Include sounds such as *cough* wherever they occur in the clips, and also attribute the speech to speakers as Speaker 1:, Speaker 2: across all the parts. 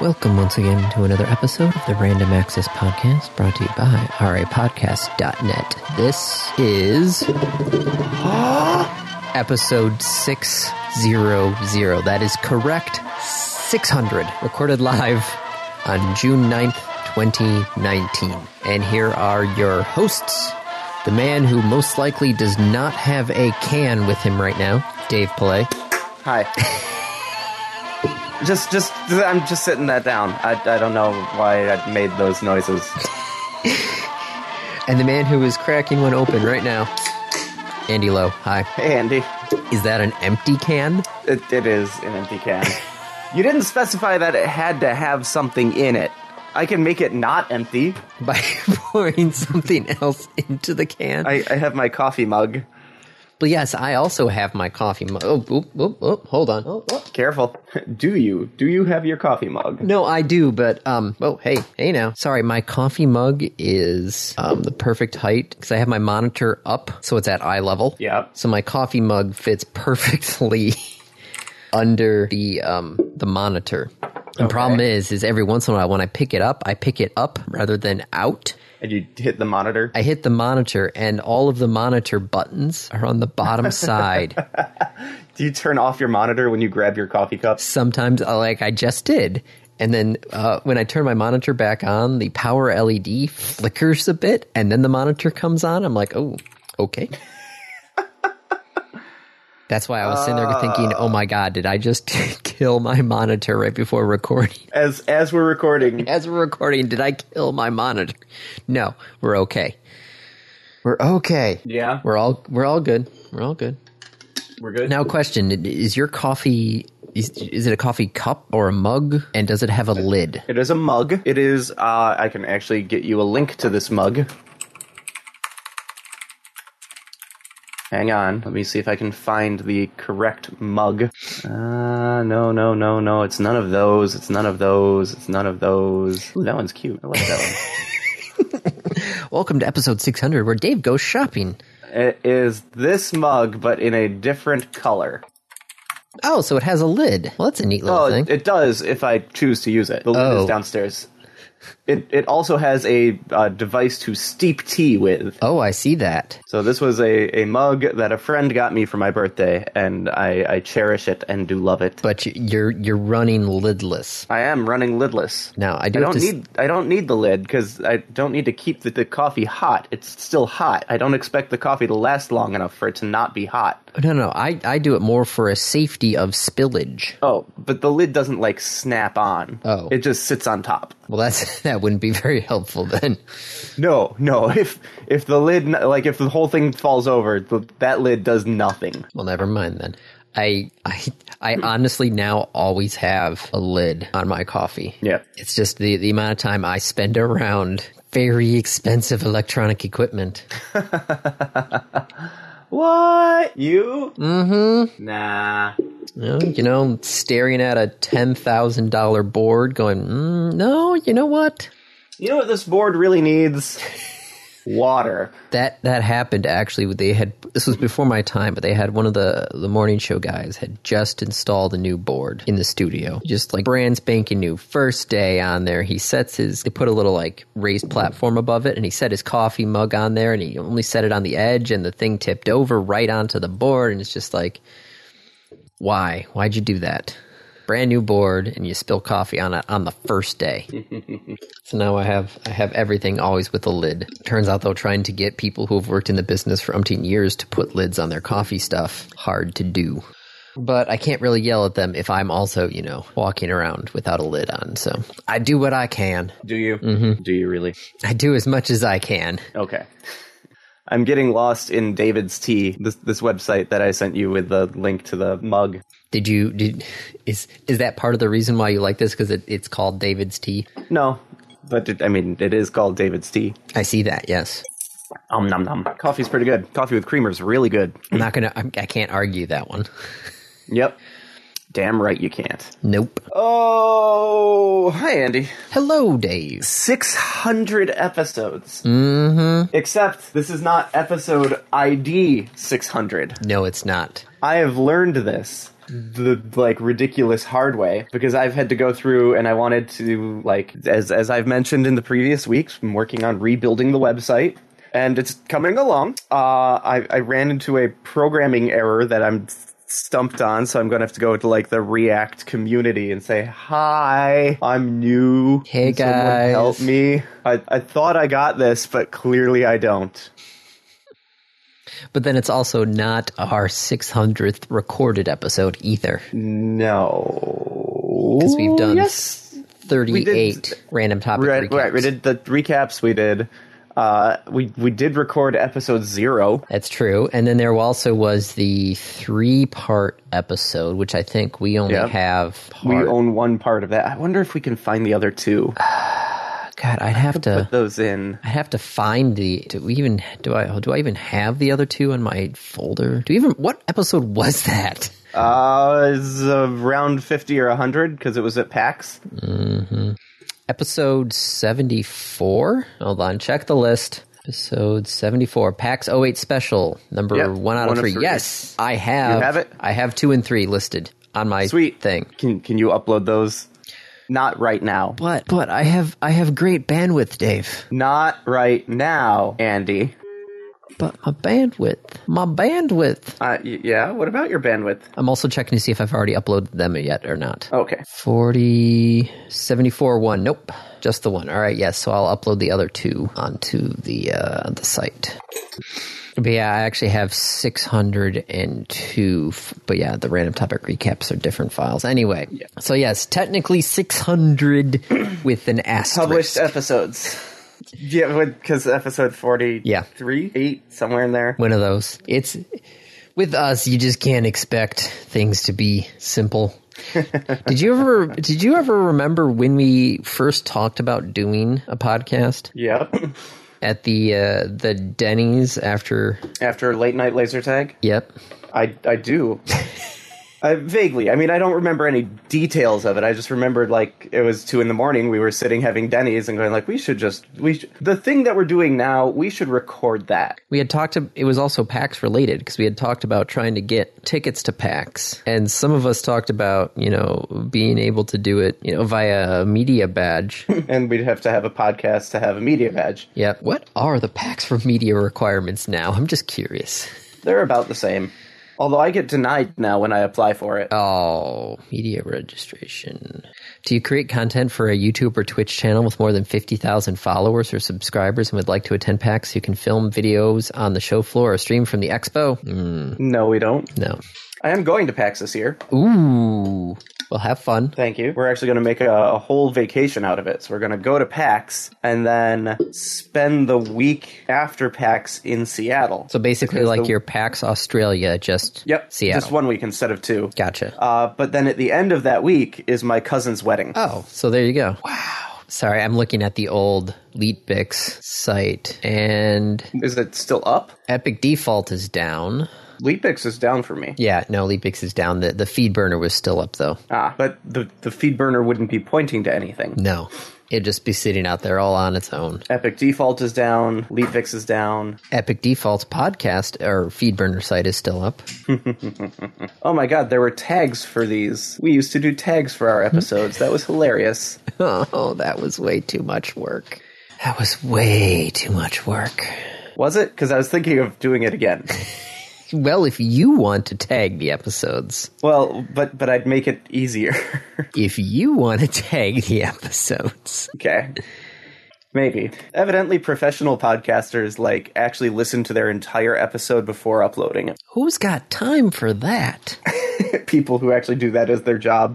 Speaker 1: Welcome once again to another episode of the Random Access Podcast brought to you by rapodcast.net. This is episode 600. That is correct. 600. Recorded live on June 9th, 2019. And here are your hosts the man who most likely does not have a can with him right now, Dave Pillay.
Speaker 2: *laughs* Hi. just, just, I'm just sitting that down. I, I don't know why I made those noises.
Speaker 1: And the man who is cracking one open right now, Andy Lowe. Hi.
Speaker 2: Hey, Andy.
Speaker 1: Is that an empty can? *laughs*
Speaker 2: It, it is an empty *laughs* can. you didn't specify that it had to have something in it. I can make it not empty.
Speaker 1: By pouring something else into the can?
Speaker 2: I, I have my coffee mug.
Speaker 1: but yes, I also have my coffee mug. Oh, oh, oh, oh, hold on. Oh, oh.
Speaker 2: Careful. *laughs* Do you? Do you have your coffee mug?
Speaker 1: No, I do, but um. Oh, hey, hey, now. Sorry, my coffee mug is um the perfect height because I have my monitor up, so it's at eye level.
Speaker 2: Yep.
Speaker 1: So my coffee mug fits perfectly *laughs* under the um the monitor. The problem is, is every once in a while when I pick it up, I pick it up rather than out.
Speaker 2: And you hit the monitor?
Speaker 1: I hit the monitor, and all of the monitor buttons are on the bottom *laughs* side.
Speaker 2: Do you turn off your monitor when you grab your coffee cup?
Speaker 1: Sometimes, uh, like I just did, and then uh, when I turn my monitor back on, the power LED flickers a bit, and then the monitor comes on. I'm like, oh, okay. *laughs* That's why I was sitting there thinking, oh my god, did I just *laughs* kill my monitor right before recording? *laughs*
Speaker 2: As as we're recording,
Speaker 1: As we're recording, did I kill my monitor? No, we're okay. We're okay.
Speaker 2: Yeah.
Speaker 1: We're all we're all good. We're all good.
Speaker 2: we're good.
Speaker 1: Now, question: Is your coffee is, is it a coffee cup or a mug, and does it have a lid?
Speaker 2: It is a mug. It is. Uh, I can actually get you a link to this mug. Hang on. Let me see if I can find the correct mug. Uh, no, no, no, no. It's none of those. It's none of those. It's none of those. Ooh, that one's cute. I like that one.
Speaker 1: Welcome to episode 600, where Dave goes shopping.
Speaker 2: It is this mug, but in a different color.
Speaker 1: Oh, so it has a lid. Well, that's a neat little
Speaker 2: Oh,
Speaker 1: thing.
Speaker 2: it, it does if I choose to use it. The lid
Speaker 1: Oh.
Speaker 2: is downstairs. It it also has a uh, device to steep tea with.
Speaker 1: oh, I see that.
Speaker 2: So this was a, a mug that a friend got me for my birthday, and I, I cherish it and do love it.
Speaker 1: But you- you're you're running lidless
Speaker 2: I am running lidless.
Speaker 1: now. I do
Speaker 2: I
Speaker 1: have
Speaker 2: don't
Speaker 1: to s-
Speaker 2: need I don't need the lid because I don't need to keep the, the coffee hot. It's still hot. I don't expect the coffee to last long enough for it to not be hot.
Speaker 1: Oh, No, no, I I do it more for a safety of spillage.
Speaker 2: Oh, but the lid doesn't like snap on.
Speaker 1: Oh.
Speaker 2: it just sits on top.
Speaker 1: Well, that's *laughs* that wouldn't be very helpful then.
Speaker 2: No, no. *laughs* If if the lid like if the whole thing falls over, the, that lid does nothing.
Speaker 1: Well, never mind then. I I I honestly now always have a lid on my coffee.
Speaker 2: Yeah.
Speaker 1: It's just the, the amount of time I spend around very expensive electronic equipment.
Speaker 2: What you? Mm-hmm. Nah.
Speaker 1: You know, you know, staring at a $10,000 board going, mm, no, you know what?
Speaker 2: You know what this board really needs? Water.
Speaker 1: That that happened actually. They had this was before my time, but they had one of the the morning show guys had just installed a new board in the studio, just like brand spanking new. First day on there, he sets his they put a little like raised platform above it, and he set his coffee mug on there, and he only set it on the edge, and the thing tipped over right onto the board, and it's just like, why? Why'd you do that? Brand new board, and you spill coffee on it on the first day. So now I have I have everything always with a lid. Turns out though, trying to get people who have worked in the business for umpteen years to put lids on their coffee stuff hard to do. But I can't really yell at them if I'm also you know walking around without a lid on. So I do what I can.
Speaker 2: Do you? Mm-hmm. Do you really?
Speaker 1: I do as much as I can.
Speaker 2: Okay. I'm getting lost in David's Tea, this, this website that I sent you with the link to the mug.
Speaker 1: Did you did is is that part of the reason why you like this? Because it, it's called David's Tea.
Speaker 2: No, but it, I mean, it is called David's Tea.
Speaker 1: I see that. Yes.
Speaker 2: Um, nom nom. Coffee's pretty good. Coffee with creamer's really good.
Speaker 1: I'm not gonna. I, I can't argue that one.
Speaker 2: Yep. Damn right you can't.
Speaker 1: Nope.
Speaker 2: Oh, hi, Andy.
Speaker 1: Hello, Dave.
Speaker 2: 600 episodes. Mm-hmm. Except this is not episode ID 600.
Speaker 1: No, it's not.
Speaker 2: I have learned this. the like ridiculous hard way because I've had to go through and I wanted to like as as I've mentioned in the previous weeks, I'm working on rebuilding the website and it's coming along. Uh, I I ran into a programming error that I'm stumped on, so I'm gonna have to go to like the React community and say, Hi, I'm new.
Speaker 1: Hey,
Speaker 2: Can someone
Speaker 1: guys."
Speaker 2: Help me. I, I thought I got this, but clearly I don't.
Speaker 1: But then it's also not our 600th recorded episode either.
Speaker 2: No.
Speaker 1: Because we've done
Speaker 2: Yes.
Speaker 1: 38 random topic
Speaker 2: Right,
Speaker 1: recaps.
Speaker 2: right. We did the recaps. We did. Uh, we we did record episode zero.
Speaker 1: That's true. And then there also was the three part episode, which I think we only
Speaker 2: Yep.
Speaker 1: have
Speaker 2: We
Speaker 1: part.
Speaker 2: own one part of that. I wonder if we can find the
Speaker 1: *sighs*
Speaker 2: other two.
Speaker 1: God, I'd have to.
Speaker 2: Put those in.
Speaker 1: I'd have to find the. Do we even? Do I? Do I even have the other two in my folder? Do we even? What episode was that?
Speaker 2: Uh, is around fifty or hundred because it was at PAX.
Speaker 1: Episode seventy four. Hold on, check the list. Episode seventy four, PAX 08 special number
Speaker 2: Yep,
Speaker 1: one out of
Speaker 2: one of
Speaker 1: three.
Speaker 2: three.
Speaker 1: Yes, I have.
Speaker 2: You have it?
Speaker 1: I have two and three listed on my
Speaker 2: Sweet
Speaker 1: thing.
Speaker 2: Can can you upload those? Not right now.
Speaker 1: But but I have I have great bandwidth, Dave.
Speaker 2: Not right now, Andy.
Speaker 1: But my bandwidth, my bandwidth.
Speaker 2: Uh, y- yeah. What about your bandwidth?
Speaker 1: I'm also checking to see if I've already uploaded them yet or not.
Speaker 2: Okay.
Speaker 1: 40 74 1 nope just the one all right yes so i'll upload the other two onto the uh the site but yeah i actually have 602 f- but yeah the random topic recaps are different files anyway so yes technically 600 with an asterisk
Speaker 2: Published episodes. Yeah, because episode forty.
Speaker 1: Yeah.
Speaker 2: Three, eight, somewhere in there.
Speaker 1: one of those it's with us you just can't expect things to be simple did you ever did you ever remember when we first talked about doing a podcast
Speaker 2: Yep.
Speaker 1: at the uh, the Denny's after.
Speaker 2: after late night laser tag
Speaker 1: Yep.
Speaker 2: i i do I, vaguely i mean i don't remember any details of it i just remembered like it was two in the morning we were sitting having denny's and going like we should just we sh- the thing that we're doing now we should record that
Speaker 1: We had talked to it was also PAX related because we had talked about trying to get tickets to PAX, and some of us talked about you know being able to do it you know via a media badge.
Speaker 2: and we'd have to have a podcast to have a media badge
Speaker 1: yep. What are the PAX for media requirements now? I'm just curious.
Speaker 2: they're about the same although i get denied now when i apply for it
Speaker 1: Oh, media registration. Do you create content for a YouTube or Twitch channel with more than 50,000 followers or subscribers and would like to attend PAX? You can film videos on the show floor or stream from the expo?
Speaker 2: no we don't
Speaker 1: No.
Speaker 2: i am going to pax this year
Speaker 1: Ooh. Well, have fun.
Speaker 2: Thank you. We're actually going to make a, a whole vacation out of it. So we're going to go to PAX and then spend the week after PAX in Seattle.
Speaker 1: So basically, like your PAX Australia, just
Speaker 2: yep,
Speaker 1: Seattle.
Speaker 2: just one week instead of two.
Speaker 1: gotcha.
Speaker 2: Uh, but then at the end of that week is my cousin's wedding.
Speaker 1: oh, so there you go. Wow. Sorry, I'm looking at the old Leetbix site, and
Speaker 2: Is it still up?
Speaker 1: Epic Default is down.
Speaker 2: Leapix is down for me.
Speaker 1: Yeah, no, Leetbix is down. The the feed burner was still up though.
Speaker 2: Ah, but the the feed burner wouldn't be pointing to anything.
Speaker 1: No, it'd just be sitting out there all on its own.
Speaker 2: Epic Default is down. Leapix is down.
Speaker 1: Epic Default's podcast or feed burner site is still up. *laughs*
Speaker 2: Oh my god, there were tags for these. We used to do tags for our episodes. That was hilarious.
Speaker 1: Oh, that was way too much work. That was way too much work.
Speaker 2: Was it? Because I was thinking of doing it again.
Speaker 1: Well, if you want to tag the episodes,
Speaker 2: Well, but but I'd make it easier. *laughs*
Speaker 1: if you want to tag the episodes,
Speaker 2: okay. Maybe. Evidently professional podcasters like actually listen to their entire episode before uploading it.
Speaker 1: who's got time for that?
Speaker 2: People who actually do that as their job.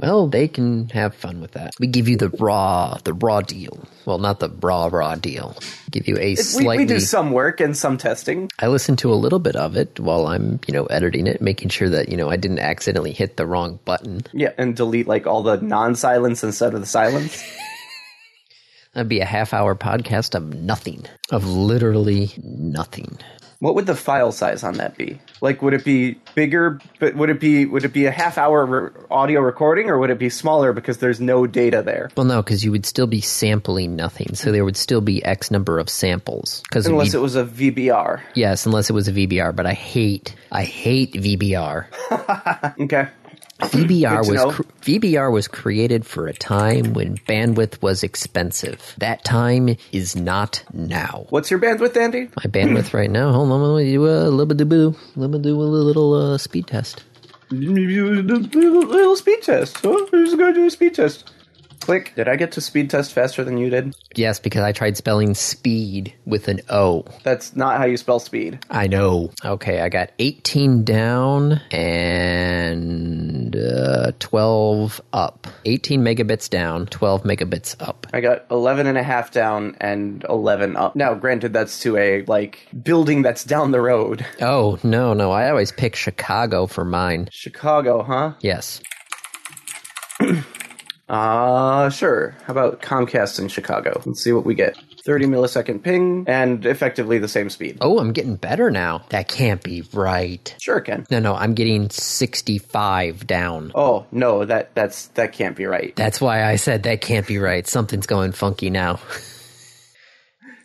Speaker 1: Well, they can have fun with that. We give you the raw, the raw deal. Well, not the raw, raw deal. Give you a
Speaker 2: We,
Speaker 1: slightly.
Speaker 2: we do some work and some testing.
Speaker 1: I listened to a little bit of it while I'm, you know, editing it, making sure that, you know, I didn't accidentally hit the wrong button.
Speaker 2: Yeah, and delete like all the non-silence instead of the silence.
Speaker 1: That'd be a half hour podcast of nothing, of literally nothing.
Speaker 2: What would the file size on that be? Like, would it be bigger? But would it be would it be a half hour re- audio recording, or would it be smaller because there's no data there?
Speaker 1: Well, no, because you would still be sampling nothing, so there would still be X number of samples. Because
Speaker 2: Unless it was a VBR.
Speaker 1: yes, unless it was a VBR, but I hate, I hate
Speaker 2: *laughs*
Speaker 1: VBR.
Speaker 2: Okay.
Speaker 1: VBR
Speaker 2: to know.
Speaker 1: was cr- VBR was created for a time when bandwidth was expensive. That time is not now.
Speaker 2: What's your bandwidth, Andy?
Speaker 1: My bandwidth right now. Hold on, let me do a little boo. Let me do a little uh, speed test.
Speaker 2: Little speed test. Oh, I'm just gonna do a speed test. Click. Did I get to speed test faster than you did?
Speaker 1: Yes, because I tried spelling speed with an O.
Speaker 2: That's not how you spell speed.
Speaker 1: I know. Okay, I got 18 down and uh, 12 up. 18 megabits down, 12 megabits up.
Speaker 2: I got 11 and a half down and 11 up. Now, granted, that's to a, like, building that's down the road.
Speaker 1: Oh, no, no. I always pick Chicago for mine.
Speaker 2: Chicago, huh?
Speaker 1: Yes.
Speaker 2: Uh, sure. How about Comcast in Chicago? Let's see what we get. 30 millisecond ping and effectively the same speed.
Speaker 1: Oh, I'm getting better now. That can't be right.
Speaker 2: Sure, Ken.
Speaker 1: No, no, I'm getting 65 down.
Speaker 2: Oh, no, that that's that can't be right.
Speaker 1: That's why I said that can't be right. Something's going funky now. *laughs*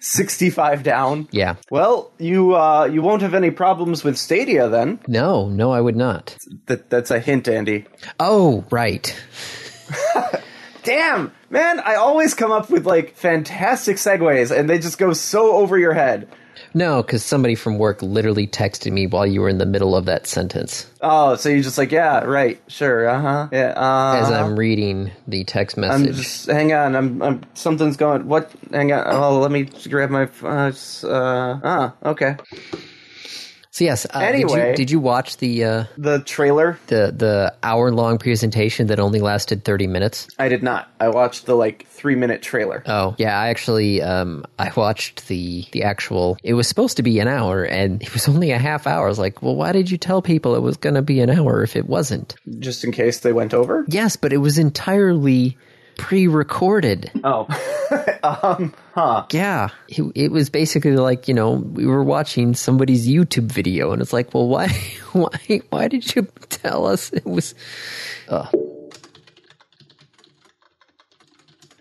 Speaker 2: 65 down.
Speaker 1: yeah.
Speaker 2: Well, you uh you won't have any problems with Stadia then.
Speaker 1: No, no, I would not.
Speaker 2: That that's a hint, Andy.
Speaker 1: Oh, right.
Speaker 2: Damn, man, I always come up with like fantastic segues and they just go so over your head.
Speaker 1: No, because somebody from work literally texted me while you were in the middle of that sentence
Speaker 2: Oh, so you're just like, yeah, right, sure, uh huh, yeah. Uh,
Speaker 1: as I'm reading the text
Speaker 2: I'm
Speaker 1: message.
Speaker 2: just hang on. I'm, I'm something's going. What? Hang on. Oh, let me grab my. f- Uh, s- uh, ah, okay.
Speaker 1: So yes. Uh, did
Speaker 2: Anyway.
Speaker 1: you, did you watch the uh,
Speaker 2: The trailer.
Speaker 1: the the hour long presentation that only lasted thirty minutes?
Speaker 2: I did not. I watched the like three minute trailer.
Speaker 1: Oh yeah, I actually um, I watched the the actual. It was supposed to be an hour, and it was only a half hour. I was like, well, why did you tell people it was going to be an hour if it wasn't?
Speaker 2: just in case they went over.
Speaker 1: Yes, but it was entirely pre-recorded.
Speaker 2: Oh,
Speaker 1: Yeah, it, it was basically like you know we were watching somebody's YouTube video, and it's like, well, why, *laughs* why, why did you tell us it was? uh.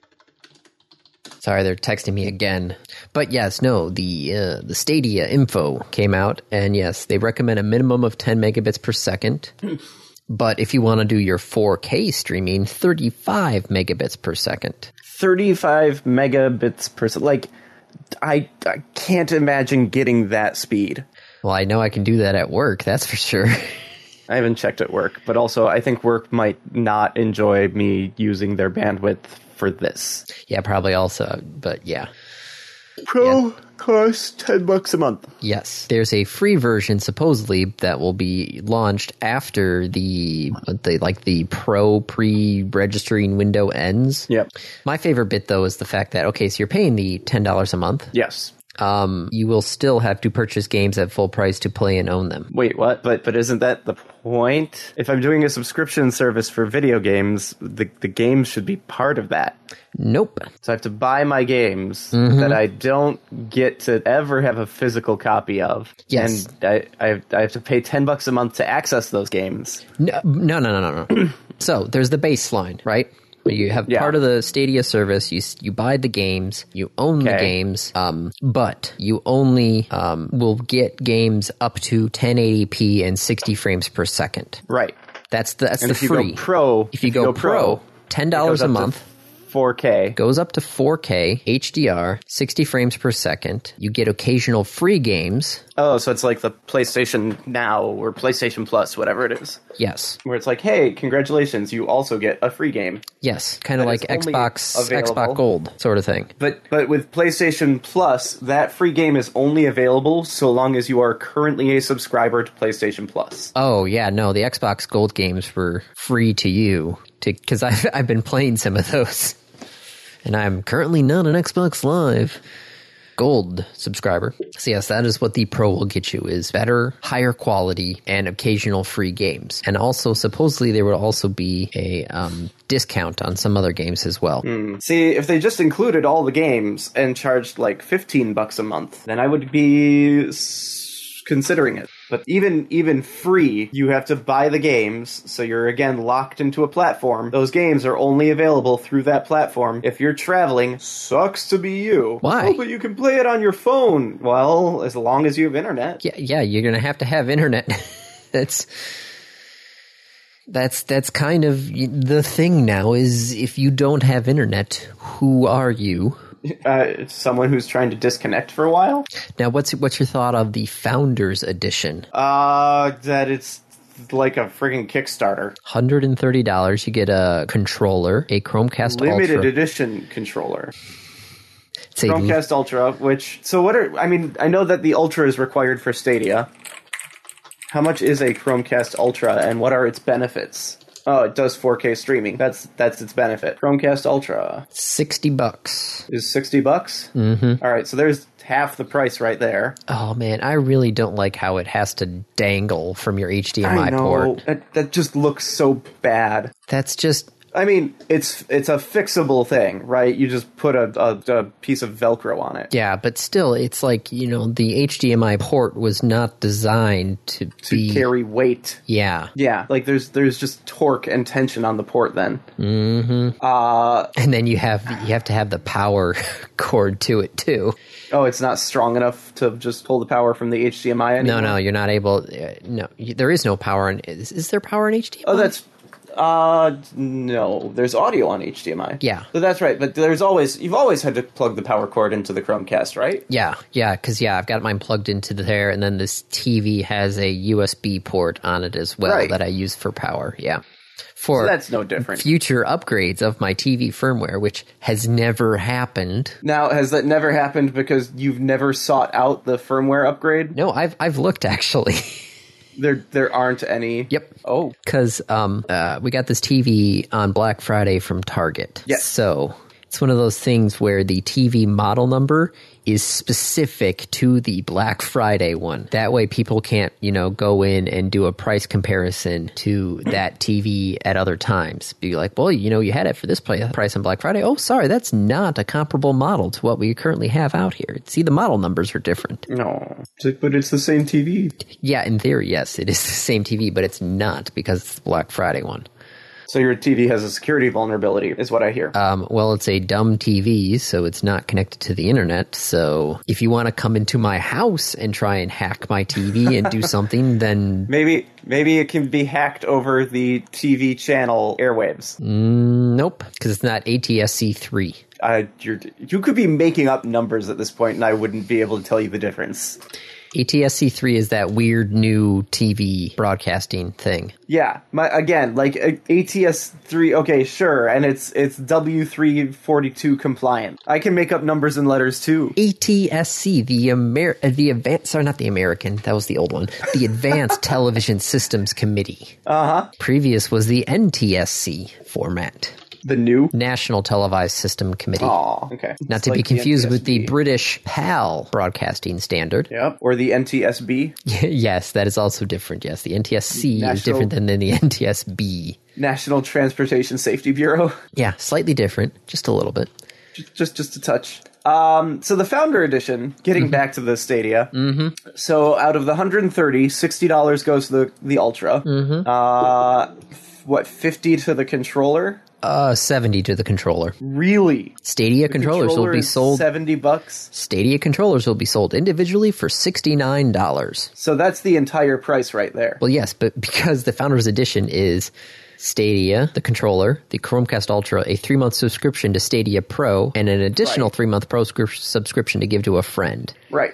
Speaker 1: Ugh. Sorry, they're texting me again. But yes, no, the uh, the Stadia info came out, and yes, they recommend a minimum of 10 megabits per second. But if you want to do your 4K streaming, 35 megabits per second.
Speaker 2: thirty five megabits per second. Like, I, I can't imagine getting that speed.
Speaker 1: Well, I know I can do that at work, that's for sure. *laughs*
Speaker 2: I haven't checked at work, but also I think work might not enjoy me using their bandwidth for this.
Speaker 1: Yeah, probably also, but yeah.
Speaker 2: Pro costs ten bucks a month.
Speaker 1: Yes. There's a free version supposedly that will be launched after the, the like the pro pre-registering window ends.
Speaker 2: Yep.
Speaker 1: My favorite bit though is the fact that okay, so you're paying the $10 a month.
Speaker 2: Yes.
Speaker 1: Um, you will still have to purchase games at full price to play and own them.
Speaker 2: Wait, what? But but isn't that the point? If I'm doing a subscription service for video games, the the games should be part of that.
Speaker 1: Nope.
Speaker 2: So I have to buy my games
Speaker 1: Mm-hmm.
Speaker 2: that I don't get to ever have a physical copy of.
Speaker 1: Yes.
Speaker 2: And I, I, have, I have to pay 10 bucks a month to access those games.
Speaker 1: No, no, no, no, no. *clears throat* no. so there's the baseline, right? Where You have
Speaker 2: Yeah.
Speaker 1: part of the Stadia service. You s- you buy the games, you own the
Speaker 2: Okay.
Speaker 1: games, um, but you only um, will get games up to 1080p and 60 frames per second.
Speaker 2: Right.
Speaker 1: That's the that's the
Speaker 2: if you
Speaker 1: free.
Speaker 2: go pro,
Speaker 1: if you go, pro, ten dollars
Speaker 2: goes
Speaker 1: a
Speaker 2: up to
Speaker 1: month.
Speaker 2: 4K.
Speaker 1: Goes up to 4K HDR, 60 frames per second. You get occasional free games.
Speaker 2: Oh, so it's like the PlayStation Now or PlayStation Plus, whatever it is,
Speaker 1: Yes,
Speaker 2: where it's like, hey, congratulations, you also get a free game.
Speaker 1: yes, kind of like
Speaker 2: is only
Speaker 1: Xbox Xbox
Speaker 2: available.
Speaker 1: Gold sort of thing.
Speaker 2: But but with PlayStation Plus, that free game is only available so long as you are currently a subscriber to PlayStation Plus.
Speaker 1: Oh yeah, no, the Xbox Gold games were free to you to because I've I've been playing some of those, and I'm currently not an Xbox Live Gold subscriber. So yes, that is what the Pro will get you is better, higher quality, and occasional free games. And also, supposedly there will also be a um, discount on some other games as well.
Speaker 2: See, if they just included all the games and charged like 15 bucks a month, then I would be s- considering it. But even even free, you have to buy the games, so you're again locked into a platform. Those games are only available through that platform. If you're traveling, sucks to be you.
Speaker 1: Why?
Speaker 2: Oh, but you can play it on your phone. Well, as long as you have internet.
Speaker 1: Yeah, yeah, you're gonna have to have internet. *laughs* that's that's that's kind of the thing now. Is if you don't have internet, who are you?
Speaker 2: Uh, someone who's trying to disconnect for a while.
Speaker 1: Now, what's what's your thought of the Founders Edition?
Speaker 2: Uh, that it's like a friggin' Kickstarter.
Speaker 1: Hundred and thirty dollars. You get a controller, a Chromecast
Speaker 2: Limited
Speaker 1: Ultra.
Speaker 2: edition controller.
Speaker 1: It's a-
Speaker 2: Chromecast Ultra, which so what are I mean, I know that the Ultra is required for Stadia. How much is a Chromecast Ultra and what are its benefits? Oh, it does 4K streaming. That's that's its benefit. Chromecast Ultra
Speaker 1: sixty bucks.
Speaker 2: is 60 bucks. Mm-hmm. right, so there's half the price right there.
Speaker 1: Oh man, I really don't like how it has to dangle from your HDMI
Speaker 2: I know
Speaker 1: port.
Speaker 2: That, that just looks so bad.
Speaker 1: That's just
Speaker 2: I mean, it's it's a fixable thing, right? You just put a, a, a piece of Velcro on it.
Speaker 1: yeah, but still, it's like you know the HDMI port was not designed to,
Speaker 2: to
Speaker 1: be
Speaker 2: carry weight.
Speaker 1: yeah,
Speaker 2: Yeah, like there's there's just torque and tension on the port then.
Speaker 1: and then you have you have to have the power *laughs* cord to it too.
Speaker 2: Oh, it's not strong enough to just pull the power from the HDMI
Speaker 1: No,
Speaker 2: anymore.
Speaker 1: no, you're not able. Uh, no, you, there is no power. In, is, is there power in HDMI?
Speaker 2: Oh, that's uh no, there's audio on HDMI.
Speaker 1: Yeah.
Speaker 2: So that's right, but there's always you've always had to plug the power cord into the Chromecast, right?
Speaker 1: Yeah, yeah, because yeah, I've got mine plugged into there, and then this TV has a USB port on it as well
Speaker 2: Right.
Speaker 1: that I use for power. Yeah, for
Speaker 2: That's no different.
Speaker 1: future upgrades of my TV firmware, which has never happened.
Speaker 2: Now, has that never happened because you've never sought out the firmware upgrade?
Speaker 1: No, I've I've looked *laughs* actually.
Speaker 2: There there aren't any.
Speaker 1: Yep.
Speaker 2: Oh.
Speaker 1: because um, uh, we got this TV on Black Friday from Target.
Speaker 2: Yes.
Speaker 1: So it's one of those things where the TV model number is specific to the Black Friday one. That way, people can't, you know, go in and do a price comparison to that TV at other times. Be like, well, you know, you had it for this pri- price on Black Friday. Oh, sorry, that's not a comparable model to what we currently have out here. See, the model numbers are different.
Speaker 2: No. But it's the same TV.
Speaker 1: Yeah, in theory, yes, it is the same TV, but it's not because it's the Black Friday one.
Speaker 2: So your TV has a security vulnerability, is what I hear.
Speaker 1: Um, well, it's a dumb TV, so it's not connected to the internet. So if you want to come into my house and try and hack my TV and do something, then
Speaker 2: Maybe maybe it can be hacked over the TV channel airwaves.
Speaker 1: nope, because it's not ATSC3.
Speaker 2: Uh, you're, you could be making up numbers at this point, and I wouldn't be able to tell you the difference.
Speaker 1: ATSC3 is that weird new TV broadcasting thing.
Speaker 2: Yeah, my again, like uh, a- ATS three. Okay, sure, and it's it's W three forty two compliant. I can make up numbers and letters too.
Speaker 1: ATSC, the Amer- uh, the advanced, sorry, not the American, that was the old one, the Advanced Television Systems Committee. Uh huh. Previous was the NTSC format,
Speaker 2: The new.
Speaker 1: National Televised System Committee.
Speaker 2: Aw, okay.
Speaker 1: Not
Speaker 2: It's
Speaker 1: to be
Speaker 2: like
Speaker 1: confused with the
Speaker 2: NTSB.
Speaker 1: British PAL broadcasting standard.
Speaker 2: Yep, or the NTSB,
Speaker 1: *laughs* yes, that is also different. Yes, the NTSC is
Speaker 2: National-
Speaker 1: different than, than the *laughs* NTSB.
Speaker 2: National Transportation Safety Bureau. *laughs*
Speaker 1: Yeah, slightly different, just a little bit.
Speaker 2: just just just a touch. Um, so the founder edition, getting
Speaker 1: Mm-hmm.
Speaker 2: back to the Stadia. Mm-hmm. So out of the 130, $60 goes to the the Ultra. Mm-hmm. Uh, f- what 50 to the controller?
Speaker 1: Uh, 70 to the controller.
Speaker 2: Really?
Speaker 1: Stadia controllers
Speaker 2: Controller
Speaker 1: will be
Speaker 2: is
Speaker 1: sold
Speaker 2: 70 bucks.
Speaker 1: Stadia controllers will be sold individually for $69.
Speaker 2: So that's the entire price right there.
Speaker 1: Well, yes, but *laughs* because the Founders Edition is Stadia, the controller, the Chromecast Ultra, a three month subscription to Stadia Pro, and an additional
Speaker 2: Right.
Speaker 1: three month Pro scri- subscription to give to a friend.
Speaker 2: Right.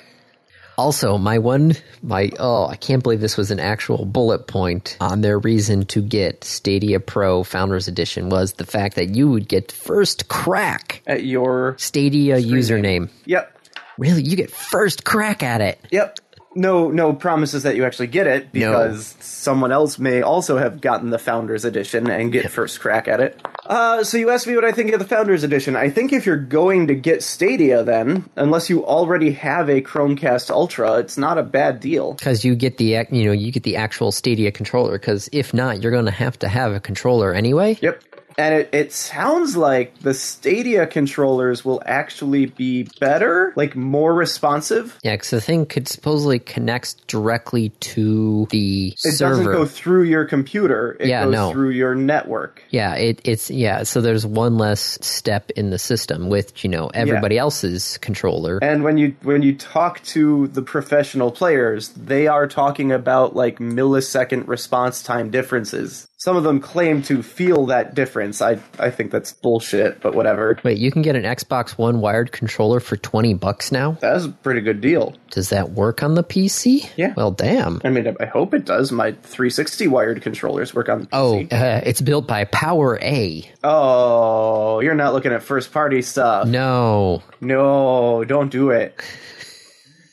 Speaker 1: Also, my one, my oh, I can't believe this was an actual bullet point on their reason to get Stadia Pro Founders Edition was the fact that you would get first crack
Speaker 2: At your
Speaker 1: Stadia username.
Speaker 2: Yep.
Speaker 1: Really, you get first crack at it.
Speaker 2: Yep. No no promises that you actually get it because someone else may also have gotten the founders edition and get first crack at it. Uh, so you asked me what I think of the founders edition. I think if you're going to get Stadia then, unless you already have a Chromecast Ultra, it's not a bad deal.
Speaker 1: Because you get the ac- you know you get the actual Stadia controller. Because if not, you're going to have to have a controller anyway.
Speaker 2: Yep. And it, it sounds like the Stadia controllers will actually be better, like more responsive.
Speaker 1: Yeah, because the thing could supposedly connects directly to the
Speaker 2: It
Speaker 1: server.
Speaker 2: doesn't go through your computer. It
Speaker 1: Yeah,
Speaker 2: goes
Speaker 1: no.
Speaker 2: through your network.
Speaker 1: yeah, it, it's yeah. So there's one less step in the system with you know everybody else's controller.
Speaker 2: And when you when you talk to the professional players, they are talking about like millisecond response time differences. Some of them claim to feel that difference. I I think that's bullshit, but whatever.
Speaker 1: Wait, you can get an Xbox One wired controller for twenty bucks now.
Speaker 2: That's a pretty good deal.
Speaker 1: Does that work on the PC?
Speaker 2: Yeah.
Speaker 1: Well, damn.
Speaker 2: I mean, I hope it does. My 360 wired controllers work on the
Speaker 1: Oh,
Speaker 2: PC.
Speaker 1: uh, it's built by Power A.
Speaker 2: Oh, you're not looking at first party stuff.
Speaker 1: No,
Speaker 2: No, don't do it.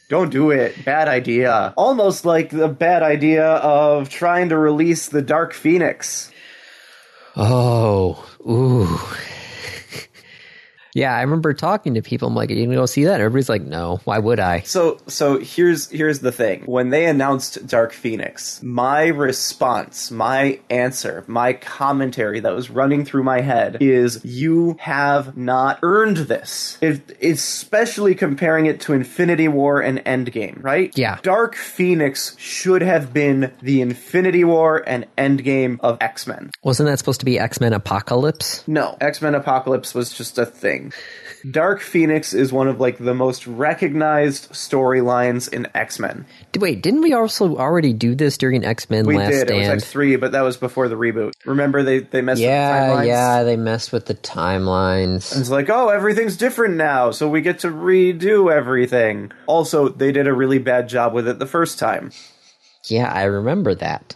Speaker 2: Don't do it. Bad idea. Almost like the bad idea of trying to release the Dark Phoenix.
Speaker 1: Oh, ooh. *laughs* yeah, I remember talking to people. I'm like, Are you gonna go see that? Everybody's like, no, why would I?
Speaker 2: So so here's here's the thing. When they announced Dark Phoenix, my response, my answer, my commentary that was running through my head is you have not earned this. If, especially comparing it to Infinity War and Endgame, right?
Speaker 1: Yeah.
Speaker 2: Dark Phoenix should have been the Infinity War and Endgame of X-Men.
Speaker 1: Wasn't that supposed to be X Men Apocalypse?
Speaker 2: No, X Men Apocalypse was just a thing. Dark Phoenix is one of like the most recognized storylines in X Men.
Speaker 1: D- Wait, didn't we also already do this during X Men
Speaker 2: We
Speaker 1: Last
Speaker 2: did. It was
Speaker 1: Stand?
Speaker 2: X three, but that was before the reboot. Remember they they messed up
Speaker 1: yeah,
Speaker 2: the timelines.
Speaker 1: yeah, they messed with the timelines.
Speaker 2: It's like, oh, everything's different now, so we get to redo everything. Also, they did a really bad job with it the first time.
Speaker 1: Yeah, I remember that.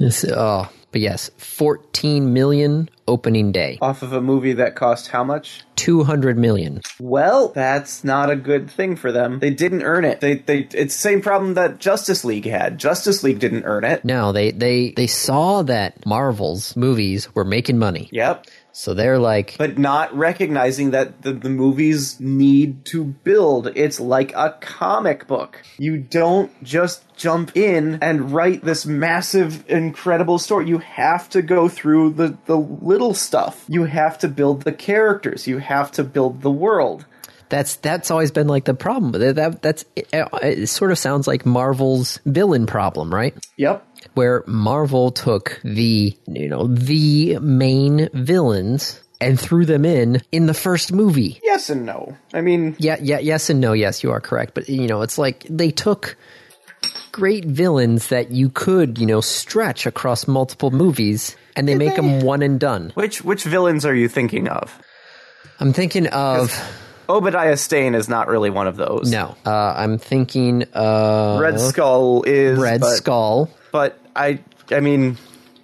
Speaker 1: This- oh, but yes, 14 million opening day,
Speaker 2: Off of a movie that cost how much?
Speaker 1: 200 million.
Speaker 2: Well, that's not a good thing for them. They didn't earn it. They they it's the same problem that Justice League had. Justice League didn't earn it.
Speaker 1: No, they they they saw that Marvel's movies were making money,
Speaker 2: Yep.
Speaker 1: so they're like,
Speaker 2: but not recognizing that the, the movies need to build. It's like a comic book. You don't just jump in and write this massive, incredible story. You have to go through the, the little stuff. You have to build the characters. You have to build the world.
Speaker 1: That's that's always been like the problem. That, that that's it, it sort of sounds like Marvel's villain problem, right?
Speaker 2: Yep.
Speaker 1: Where Marvel took the you know the main villains and threw them in in the first movie.
Speaker 2: Yes and no. I mean,
Speaker 1: Yeah, yeah, yes and no. Yes, you are correct, but you know it's like they took great villains that you could you know stretch across multiple movies and they make them one and done.
Speaker 2: which which villains are you thinking of?
Speaker 1: I'm thinking of
Speaker 2: Obadiah Stane is not really one of those.
Speaker 1: no. Uh, I'm thinking of
Speaker 2: Red Skull is
Speaker 1: Red
Speaker 2: but-
Speaker 1: Skull.
Speaker 2: but I I mean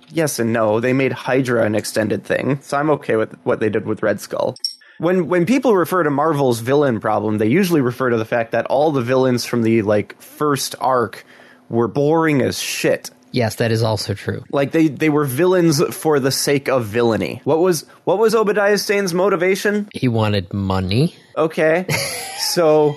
Speaker 2: yes and no. They made Hydra an extended thing, so I'm okay with what they did with Red Skull. When when people refer to Marvel's villain problem, they usually refer to the fact that all the villains from the like first arc were boring as shit.
Speaker 1: Yes, that is also true.
Speaker 2: Like they, they were villains for the sake of villainy. What was what was Obadiah Stane's motivation?
Speaker 1: He wanted money.
Speaker 2: Okay. So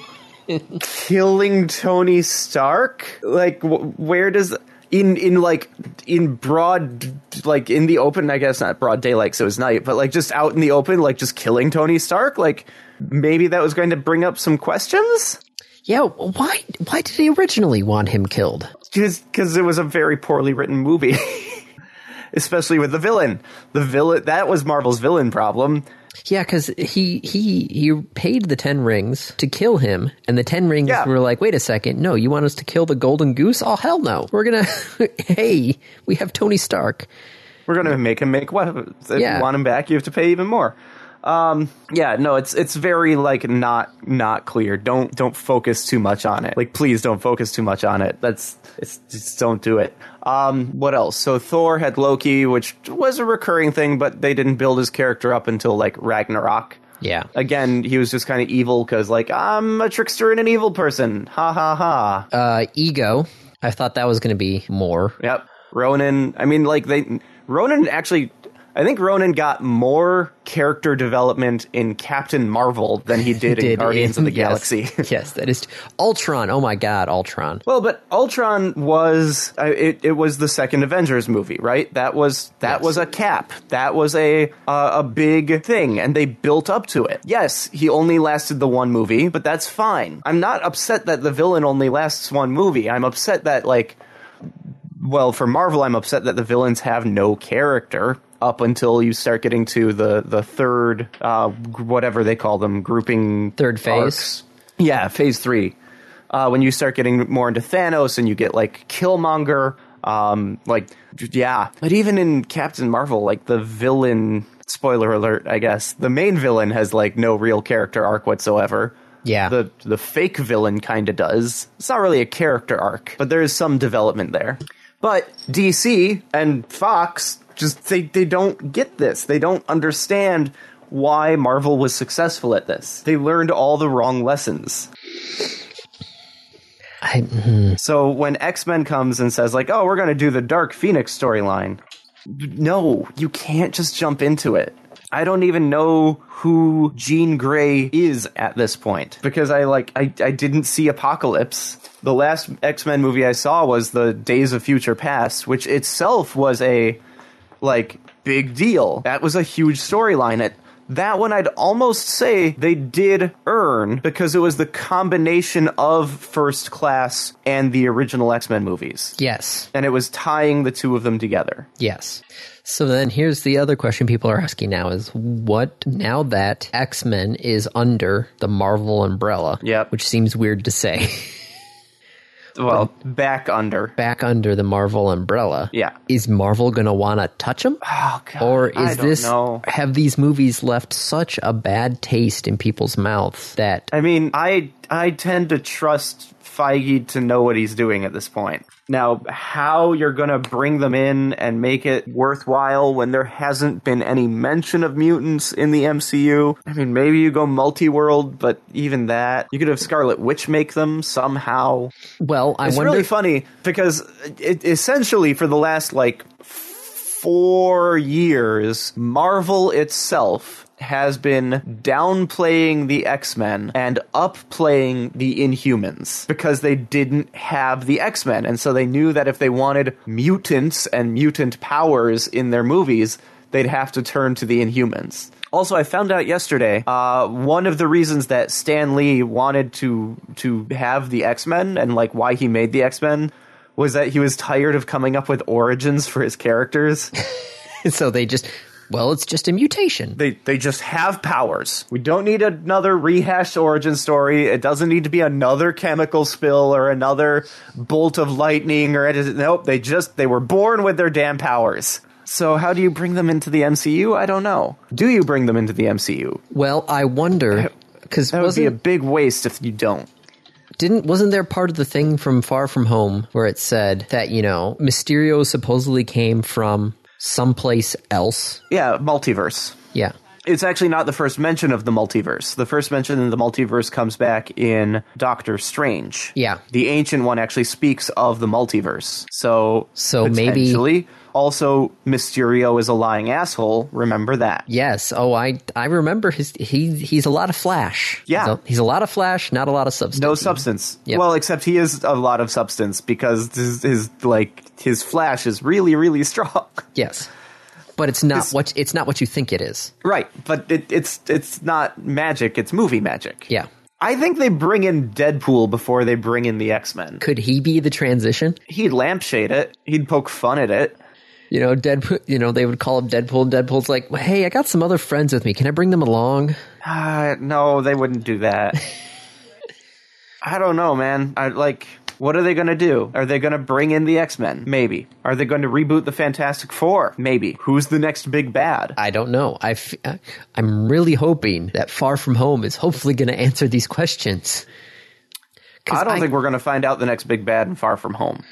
Speaker 2: killing Tony Stark? Like wh- where does in in like in broad like in the open, I guess not broad daylight, so it was night, but like just out in the open, like just killing Tony Stark? Like maybe that was going to bring up some questions?
Speaker 1: Yeah, why why did he originally want him killed?
Speaker 2: because it was a very poorly written movie, *laughs* especially with the villain. The villain that was Marvel's villain problem.
Speaker 1: Yeah, cuz he he he paid the 10 rings to kill him and the 10 rings
Speaker 2: Yeah.
Speaker 1: were like, "Wait a second. No, you want us to kill the golden goose? Oh hell no. We're going to *laughs* Hey, we have Tony Stark."
Speaker 2: We're gonna make him make weapons. If
Speaker 1: Yeah.
Speaker 2: you want him back, you have to pay even more. Um, yeah, no, it's it's very like not not clear. Don't don't focus too much on it. Like, please don't focus too much on it. That's it's just don't do it. Um, what else? So Thor had Loki, which was a recurring thing, but they didn't build his character up until like Ragnarok.
Speaker 1: Yeah.
Speaker 2: Again, he was just kind of evil because like I'm a trickster and an evil person. Ha ha ha.
Speaker 1: Uh ego. I thought that was going to be more.
Speaker 2: Yep. Ronan. I mean, like they. Ronan actually. I think Ronan got more character development in Captain Marvel than he did, in
Speaker 1: Did
Speaker 2: Guardians of the
Speaker 1: *laughs* yes.
Speaker 2: Galaxy.
Speaker 1: yes, that is Ultron. Oh my God, Ultron.
Speaker 2: Well, but Ultron was uh, it, it was the second Avengers movie, right? That was that
Speaker 1: Yes.
Speaker 2: was a cap. That was a uh, a big thing and they built up to it. Yes, he only lasted the one movie, but that's fine. I'm not upset that the villain only lasts one movie. I'm upset that like well, for Marvel, I'm upset that the villains have no character up until you start getting to the the third uh gr- whatever they call them grouping
Speaker 1: Third phase?
Speaker 2: arcs. yeah phase three uh when you start getting more into thanos and you get like killmonger um like j- yeah but even in captain marvel like the villain spoiler alert i guess the main villain has like no real character arc whatsoever
Speaker 1: Yeah.
Speaker 2: the the fake villain kind of does. It's not really a character arc, but there is some development there. But DC and Fox just they they don't get this. They don't understand why Marvel was successful at this. They learned all the wrong lessons.
Speaker 1: I, *laughs*
Speaker 2: So when X-Men comes and says like, "Oh, we're going to do the Dark Phoenix storyline." No, you can't just jump into it. I don't even know who Jean Grey is at this point because I like I, I didn't see Apocalypse. The last X-Men movie I saw was the Days of Future Past, which itself was a like big deal. That was a huge storyline. It that one I'd almost say they did earn because it was the combination of First Class and the original X-Men movies.
Speaker 1: yes.
Speaker 2: And it was tying the two of them together.
Speaker 1: Yes. So then here's the other question people are asking now is what now that X Men is under the Marvel umbrella?
Speaker 2: Yep.
Speaker 1: Which seems weird to say. *laughs*
Speaker 2: Well, back under.
Speaker 1: Back under the Marvel umbrella.
Speaker 2: Yeah.
Speaker 1: Is Marvel going to want to touch
Speaker 2: *sighs*
Speaker 1: them?
Speaker 2: Oh, God.
Speaker 1: Or
Speaker 2: I
Speaker 1: is
Speaker 2: don't
Speaker 1: this
Speaker 2: know.
Speaker 1: have these movies left such a bad taste in people's mouths that
Speaker 2: I mean, I I tend to trust Feige to know what he's doing at this point. Now, how you're going to bring them in and make it worthwhile when there hasn't been any mention of mutants in the MCU? I mean, maybe you go multi-world, but even that, you could have Scarlet Witch make them somehow.
Speaker 1: well, I
Speaker 2: It's
Speaker 1: wonder
Speaker 2: really funny because it, essentially for the last like four years, Marvel itself has been downplaying the X-Men and upplaying the Inhumans because they didn't have the X-Men and so they knew that if they wanted mutants and mutant powers in their movies, they'd have to turn to the Inhumans. Also, I found out yesterday uh, one of the reasons that Stan Lee wanted to to have the X Men and like why he made the X Men was that he was tired of coming up with origins for his characters.
Speaker 1: *laughs* so they just well, it's just a mutation.
Speaker 2: they they just have powers. We don't need another rehashed origin story. It doesn't need to be another chemical spill or another bolt of lightning or anything. Nope, they just they were born with their damn powers. So how do you bring them into the MCU? I don't know. Do you bring them into the MCU?
Speaker 1: Well, I wonder because
Speaker 2: *laughs* That would be
Speaker 1: wasn't
Speaker 2: a big waste if you don't.
Speaker 1: didn't wasn't there part of the thing from Far From Home where it said that you know Mysterio supposedly came from someplace else?
Speaker 2: Yeah, multiverse.
Speaker 1: Yeah,
Speaker 2: It's actually not the first mention of the multiverse. The first mention of the multiverse comes back in Doctor Strange.
Speaker 1: Yeah.
Speaker 2: The ancient one actually speaks of the multiverse. So,
Speaker 1: So maybe-
Speaker 2: potentially- also Mysterio is a lying asshole. Remember that.
Speaker 1: yes. Oh, I I remember his he he's a lot of flash.
Speaker 2: Yeah.
Speaker 1: he's a, he's a lot of flash, not a lot of substance.
Speaker 2: No substance.
Speaker 1: Yep.
Speaker 2: Well, except he is a lot of substance because his, his like his flash is really really *laughs* strong.
Speaker 1: Yes, but it's not what it's not what you think it is.
Speaker 2: right, but it, it's it's not magic. It's movie magic.
Speaker 1: Yeah,
Speaker 2: I think they bring in Deadpool before they bring in the X Men.
Speaker 1: could he be the transition?
Speaker 2: He'd lampshade it. He'd poke fun at it.
Speaker 1: You know, Deadpool. You know, they would call him Deadpool. and Deadpool's like, hey, I got some other friends with me. Can I bring them along?
Speaker 2: Uh, no, they wouldn't do *laughs* that. I don't know, man. I like. What are they going to do? Are they going to bring in the X Men? Maybe. Are they going to reboot the Fantastic Four? Maybe. Who's the next big bad?
Speaker 1: I don't know. I f- uh, I'm really hoping that Far From Home is hopefully going to answer these questions. 'Cause
Speaker 2: I don't
Speaker 1: I-
Speaker 2: think we're going to find out the next big bad in Far From Home.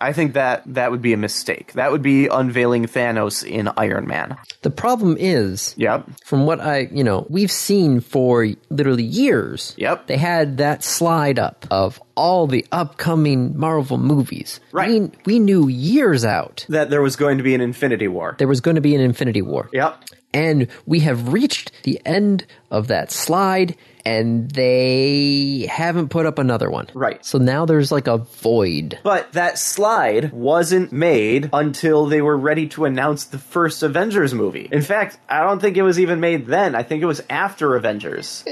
Speaker 2: I think that that would be a mistake. That would be unveiling Thanos in Iron Man.
Speaker 1: The problem is,
Speaker 2: Yep.
Speaker 1: from what I, you know, we've seen for literally years.
Speaker 2: Yep.
Speaker 1: They had that slide up of all the upcoming Marvel movies.
Speaker 2: Right.
Speaker 1: We, we knew years out
Speaker 2: That there was going to be an Infinity War.
Speaker 1: there was going to be an Infinity War.
Speaker 2: Yep.
Speaker 1: And we have reached the end of that slide and they haven't put up another one.
Speaker 2: Right.
Speaker 1: So now there's like a void.
Speaker 2: But that slide wasn't made until they were ready to announce the first Avengers movie. In fact, I don't think it was even made then. I think it was after Avengers.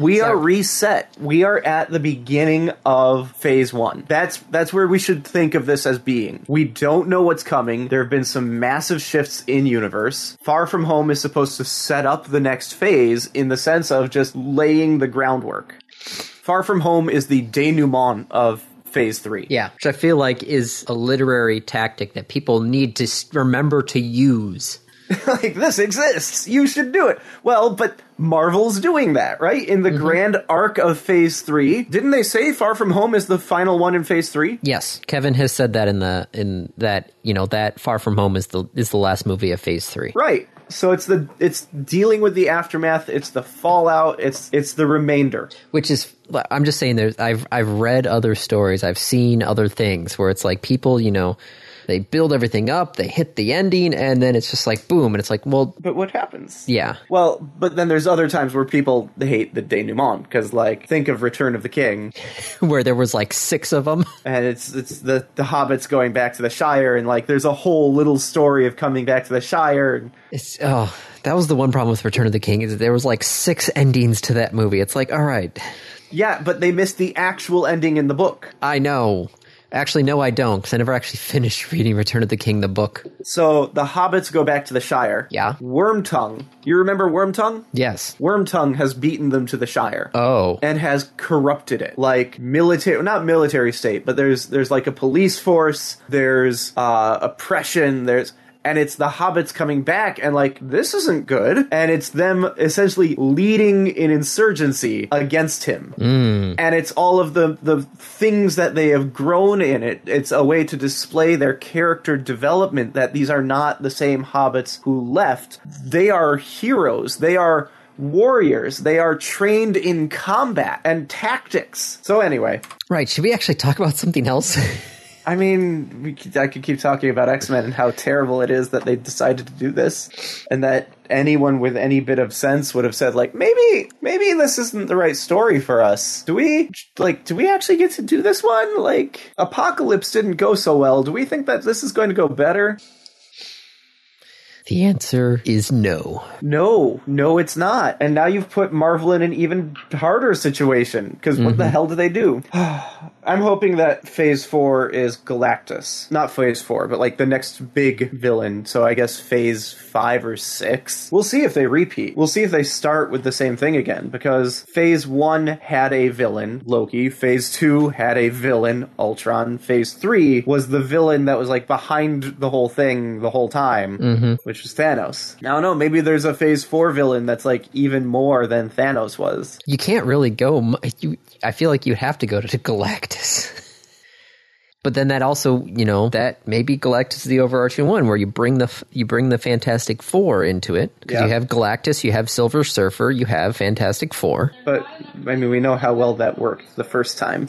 Speaker 2: We are reset. We are at the beginning of phase one. That's that's where we should think of this as being. We don't know what's coming. There have been some massive shifts in universe. Far from Home is supposed to set up the next phase in the sense of just laying the groundwork. Far From Home is the denouement of phase three.
Speaker 1: Yeah, which I feel like is a literary tactic that people need to s- remember to use.
Speaker 2: *laughs* like this exists. You should do it. Well, but Marvel's doing that, right? In the grand arc of phase three. Didn't they say Far From Home is the final one in phase three?
Speaker 1: Yes, Kevin has said that in the in that, you know, that Far From Home is the is the last movie of phase 3.
Speaker 2: Right. So it's the it's dealing with the aftermath, it's the fallout, it's it's the remainder.
Speaker 1: which is I'm just saying there's I've I've read other stories, I've seen other things where it's like people, you know, they build everything up, they hit the ending and then it's just like boom and it's like, well,
Speaker 2: But what happens?
Speaker 1: yeah. *laughs*
Speaker 2: Well, but then there's other times where people hate the denouement because, like, think of Return of the King,
Speaker 1: Where there was like 6 of them.
Speaker 2: and it's it's the the hobbits going back to the Shire, and like, there's a whole little story of coming back to the Shire. And,
Speaker 1: *laughs* It's oh, that was the one problem with Return of the King is that there was like 6 endings to that movie. It's like, all right.
Speaker 2: yeah, but they missed the actual ending in the book.
Speaker 1: I know. Actually, no, I don't, because I never actually *laughs* finished reading Return of the King, the book.
Speaker 2: So the hobbits go back to the Shire.
Speaker 1: Yeah.
Speaker 2: Wormtongue. You remember Wormtongue?
Speaker 1: Yes.
Speaker 2: Wormtongue has beaten them to the Shire.
Speaker 1: Oh.
Speaker 2: and has corrupted it like military not military state but there's there's like a police force there's uh oppression there's and it's the hobbits coming back and like this isn't good and it's them essentially leading an insurgency against him and it's all of the the things that they have grown in it it's a way to display their character development that these are not the same hobbits who left they are heroes they are warriors they are trained in combat and tactics so anyway
Speaker 1: Right. Should we actually talk about something else? *laughs*
Speaker 2: i mean we, could- i could keep talking about x-men and how terrible it is that they decided to do this and that anyone with any bit of sense would have said like maybe maybe this isn't the right story for us do we like do we actually get to do this one like apocalypse didn't go so well do we think that this is going to go better
Speaker 1: the answer is no.
Speaker 2: No, no, it's not. And now you've put Marvel in an even harder situation because what the hell do they do? I'm hoping that Phase Four is Galactus, not Phase Four, but like the next big villain. So I guess Phase Five or Six. We'll see if they repeat. We'll see if they start with the same thing again because Phase One had a villain, Loki. Phase Two had a villain, Ultron. Phase Three was the villain that was like behind the whole thing the whole time, which was Thanos. Now, no, maybe there's a Phase Four villain that's like even more than Thanos was.
Speaker 1: you can't really go. mu- You, I feel like you'd have to go to Galactus. *laughs* but then that also, you know, that maybe Galactus is the overarching one where you bring the f- you bring the Fantastic Four into it because
Speaker 2: Yeah.
Speaker 1: you have Galactus, you have Silver Surfer, you have Fantastic Four.
Speaker 2: But I mean, we know how well that worked the first time.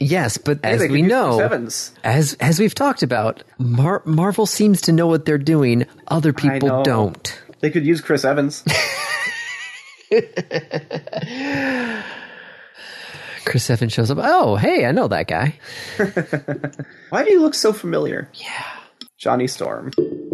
Speaker 1: Yes, but
Speaker 2: Hey,
Speaker 1: as
Speaker 2: they could
Speaker 1: we
Speaker 2: use
Speaker 1: know,
Speaker 2: sevens.
Speaker 1: as as we've talked about, Mar- Marvel seems to know what they're doing. Other people
Speaker 2: know.
Speaker 1: don't.
Speaker 2: They could use
Speaker 1: *laughs*
Speaker 2: Chris Evans.
Speaker 1: Chris Evans shows up. Oh, hey, I know that guy.
Speaker 2: Why do you look so familiar?
Speaker 1: Yeah.
Speaker 2: Johnny Storm.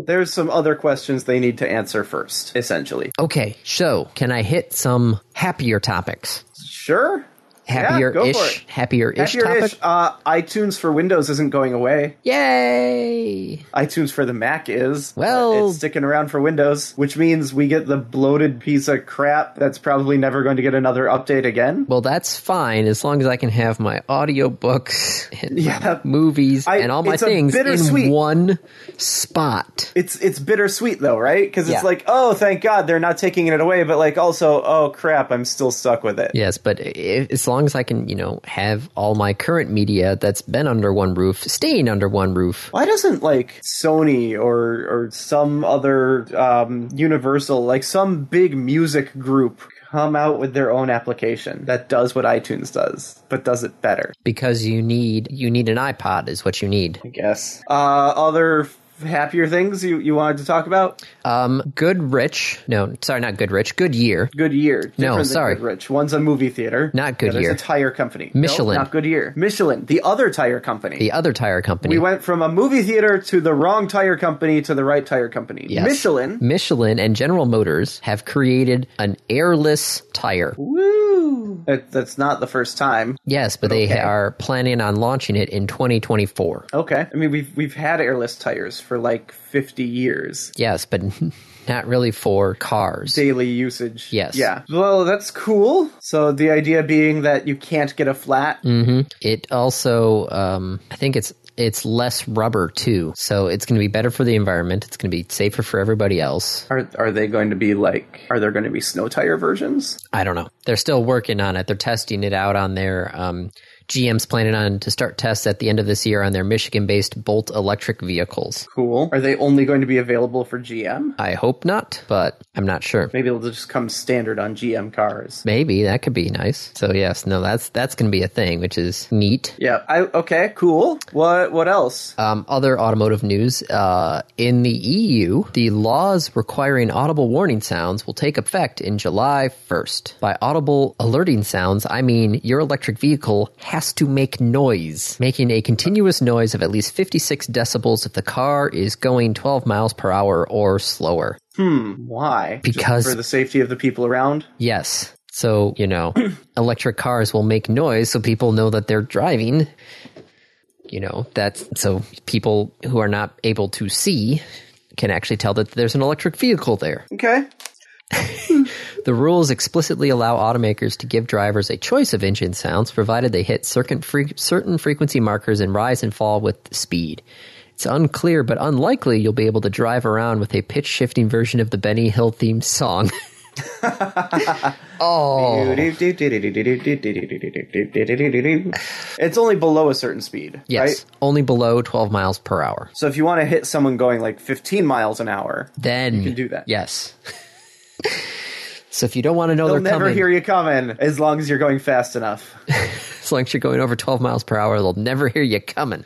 Speaker 2: There's some other questions they need to answer first, essentially.
Speaker 1: Okay, so can I hit some happier topics?
Speaker 2: Sure.
Speaker 1: happier
Speaker 2: go for
Speaker 1: ish
Speaker 2: it.
Speaker 1: happier ish
Speaker 2: Happier
Speaker 1: topic
Speaker 2: ish. Uh, iTunes for Windows isn't going away.
Speaker 1: yay
Speaker 2: iTunes for the Mac is. but
Speaker 1: Well-
Speaker 2: it's sticking around for Windows, which means we get the bloated piece of crap that's probably never going to get another update again.
Speaker 1: well that's fine as long as i can have my audiobooks *laughs* and
Speaker 2: Yeah.
Speaker 1: movies
Speaker 2: I-
Speaker 1: and all my
Speaker 2: it's a
Speaker 1: things in
Speaker 2: bittersweet-
Speaker 1: one spot
Speaker 2: It's it's bittersweet though, right? Because
Speaker 1: Yeah.
Speaker 2: it's like, oh, thank God they're not taking it away, but like also, oh crap, I'm still stuck with it.
Speaker 1: yes but i as long as I can, you know, have all my current media that's been under one roof staying under one roof.
Speaker 2: Why doesn't like Sony or or some other um, Universal, like some big music group, come out with their own application that does what iTunes does, but does it better?
Speaker 1: Because you need you need an iPod is what you need.
Speaker 2: I guess. Uh, other f- happier things you, you wanted to talk about?
Speaker 1: Um, Good Rich. No, sorry, not Good Rich. Good Year.
Speaker 2: Goodyear. Different
Speaker 1: No,
Speaker 2: than
Speaker 1: sorry.
Speaker 2: Goodrich. One's a movie theater.
Speaker 1: Not
Speaker 2: The other's
Speaker 1: Goodyear.
Speaker 2: a tire company.
Speaker 1: Michelin.
Speaker 2: No, not Goodyear. Michelin, the other tire company.
Speaker 1: The other tire company.
Speaker 2: we went from a movie theater to the wrong tire company to the right tire company.
Speaker 1: Yes.
Speaker 2: Michelin.
Speaker 1: Michelin and General Motors have created an airless tire.
Speaker 2: Woo! That, that's not the first time.
Speaker 1: Yes, but they are planning on launching it in 2024.
Speaker 2: Okay. I mean, we've we've had airless tires for like 50 years.
Speaker 1: Yes, but *laughs* not really for cars.
Speaker 2: daily usage.
Speaker 1: Yes.
Speaker 2: Yeah. Well, that's cool. So the idea being that you can't get a flat.
Speaker 1: Mm. It also, um, I think it's it's less rubber too, so it's going to be better for the environment. It's going to be safer for everybody else.
Speaker 2: Are are they going to be like? Are there going to be snow tire versions?
Speaker 1: I don't know. They're still working on it. They're testing it out on their. Um, GM's planning on to start tests at the end of this year on their Michigan-based Bolt electric vehicles.
Speaker 2: Cool. Are they only going to be available for GM?
Speaker 1: I hope not, but I'm not sure.
Speaker 2: Maybe it'll just come standard on GM cars.
Speaker 1: Maybe that could be nice. So yes, no, that's that's going to be a thing, which is neat.
Speaker 2: Yeah. I okay. Cool. What what else?
Speaker 1: Um, other automotive news uh, in the EU, the laws requiring audible warning sounds will take effect in July 1st. By audible alerting sounds, I mean your electric vehicle has to make noise, making a continuous noise of at least 56 decibels if the car is going 12 miles per hour or slower.
Speaker 2: Why? Just
Speaker 1: Because-
Speaker 2: for the safety of the people around.
Speaker 1: Yes. So, you know, electric cars will make noise so people know that they're driving. You know, that's so people who are not able to see can actually tell that there's an electric vehicle there.
Speaker 2: Okay.
Speaker 1: The rules explicitly allow automakers to give drivers a choice of engine sounds provided they hit certain, fre- certain frequency markers and rise and fall with speed. It's unclear but unlikely you'll be able to drive around with a pitch shifting version of the Benny Hill themed song. *laughs* oh.
Speaker 2: It's only below a certain speed.
Speaker 1: Yes,
Speaker 2: Right?
Speaker 1: only below 12 miles per hour.
Speaker 2: So if you want to hit someone going like 15 miles an hour,
Speaker 1: Then you
Speaker 2: can do that.
Speaker 1: Yes. so if you don't want to know
Speaker 2: They'll
Speaker 1: they're
Speaker 2: never
Speaker 1: coming,
Speaker 2: hear you coming as long as you're going fast enough. Of
Speaker 1: as long as you're going over 12 miles per hour, they'll never hear you coming.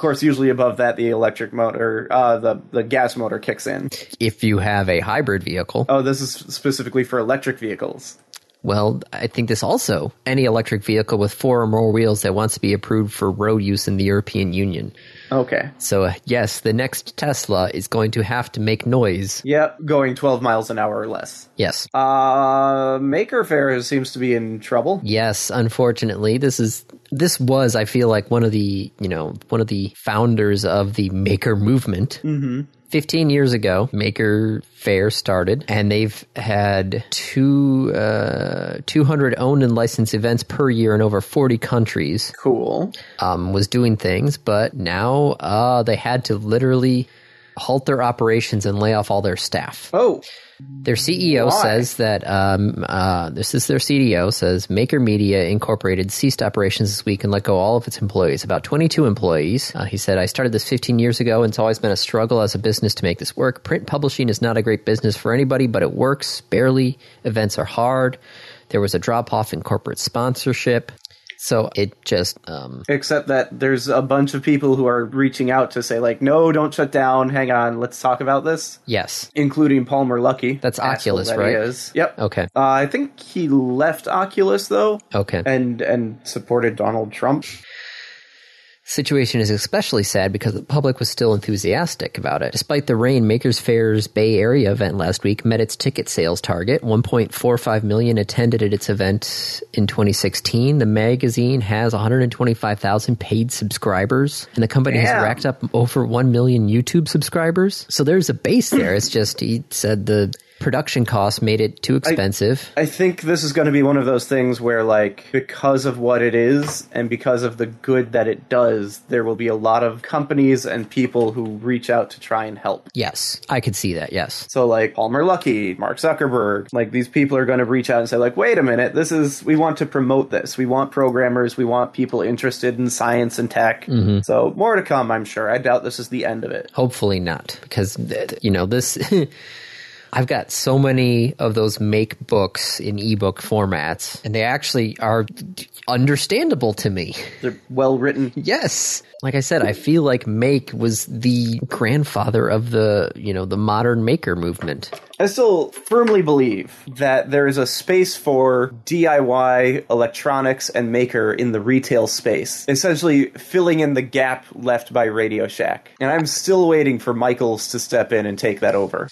Speaker 2: course, usually above that, the electric motor, uh, the the gas motor kicks in.
Speaker 1: If you have a hybrid vehicle,
Speaker 2: Oh, this is specifically for electric vehicles.
Speaker 1: well, I think this also any electric vehicle with four or more wheels that wants to be approved for road use in the European Union.
Speaker 2: Okay.
Speaker 1: So uh, yes, the next Tesla is going to have to make noise.
Speaker 2: Yep, going 12 miles an hour or less.
Speaker 1: Yes.
Speaker 2: Uh, Maker Fair seems to be in trouble.
Speaker 1: Yes, unfortunately, this is this was I feel like one of the you know one of the founders of the maker movement. Mm-hmm. Fifteen years ago, Maker Fair started, and they've had two uh, two hundred owned and licensed events per year in over forty countries.
Speaker 2: Cool.
Speaker 1: Um, was doing things, but now uh, they had to literally halt their operations and lay off all their staff.
Speaker 2: Oh,
Speaker 1: Their CEO
Speaker 2: Why?
Speaker 1: says that um, uh, this is their CEO says Maker Media Incorporated ceased operations this week and let go all of its employees, about 22 employees. Uh, he said, "I started this 15 years ago, and it's always been a struggle as a business to make this work. Print publishing is not a great business for anybody, but it works barely. Events are hard. There was a drop off in corporate sponsorship." So it just um,
Speaker 2: except that there's a bunch of people who are reaching out to say like, no, don't shut down. Hang on, let's talk about this.
Speaker 1: yes,
Speaker 2: Including Palmer Lucky.
Speaker 1: That's
Speaker 2: Asshole
Speaker 1: Oculus,
Speaker 2: that he
Speaker 1: right? Oh.
Speaker 2: is. Yep.
Speaker 1: okay,
Speaker 2: Uh, I think he left Oculus though.
Speaker 1: okay.
Speaker 2: and and supported Donald Trump.
Speaker 1: situation is especially sad because the public was still enthusiastic about it. Despite the rain, Makers Fair's Bay Area event last week met its ticket sales target. 1.45 million attended at its event in 2016. The magazine has 125,000 paid subscribers, and the company has
Speaker 2: Damn.
Speaker 1: racked up over 1 million YouTube subscribers. So there's a base there. it's just he said the production costs made it too expensive.
Speaker 2: I think this is going to be one of those things where, like, because of what it is and because of the good that it does, there will be a lot of companies and people who reach out to try and help.
Speaker 1: yes, I could see that. Yes.
Speaker 2: So, like, Palmer Lucky, Mark Zuckerberg, like, these people are going to reach out and say, like, wait a minute, this is, we want to promote this. We want programmers. We want people interested in science and tech. So, more to come, I'm sure. I doubt this is the end of it.
Speaker 1: Hopefully not, because th- th- you know this. *laughs* I've got so many of those make books in ebook formats, and they actually are understandable to me.
Speaker 2: They're well written.
Speaker 1: Yes. Like I said, I feel like Make was the grandfather of the, you know, the modern maker movement.
Speaker 2: I still firmly believe that there is a space for DIY electronics and maker in the retail space, essentially filling in the gap left by Radio Shack. And I'm still waiting for Michaels to step in and take that over.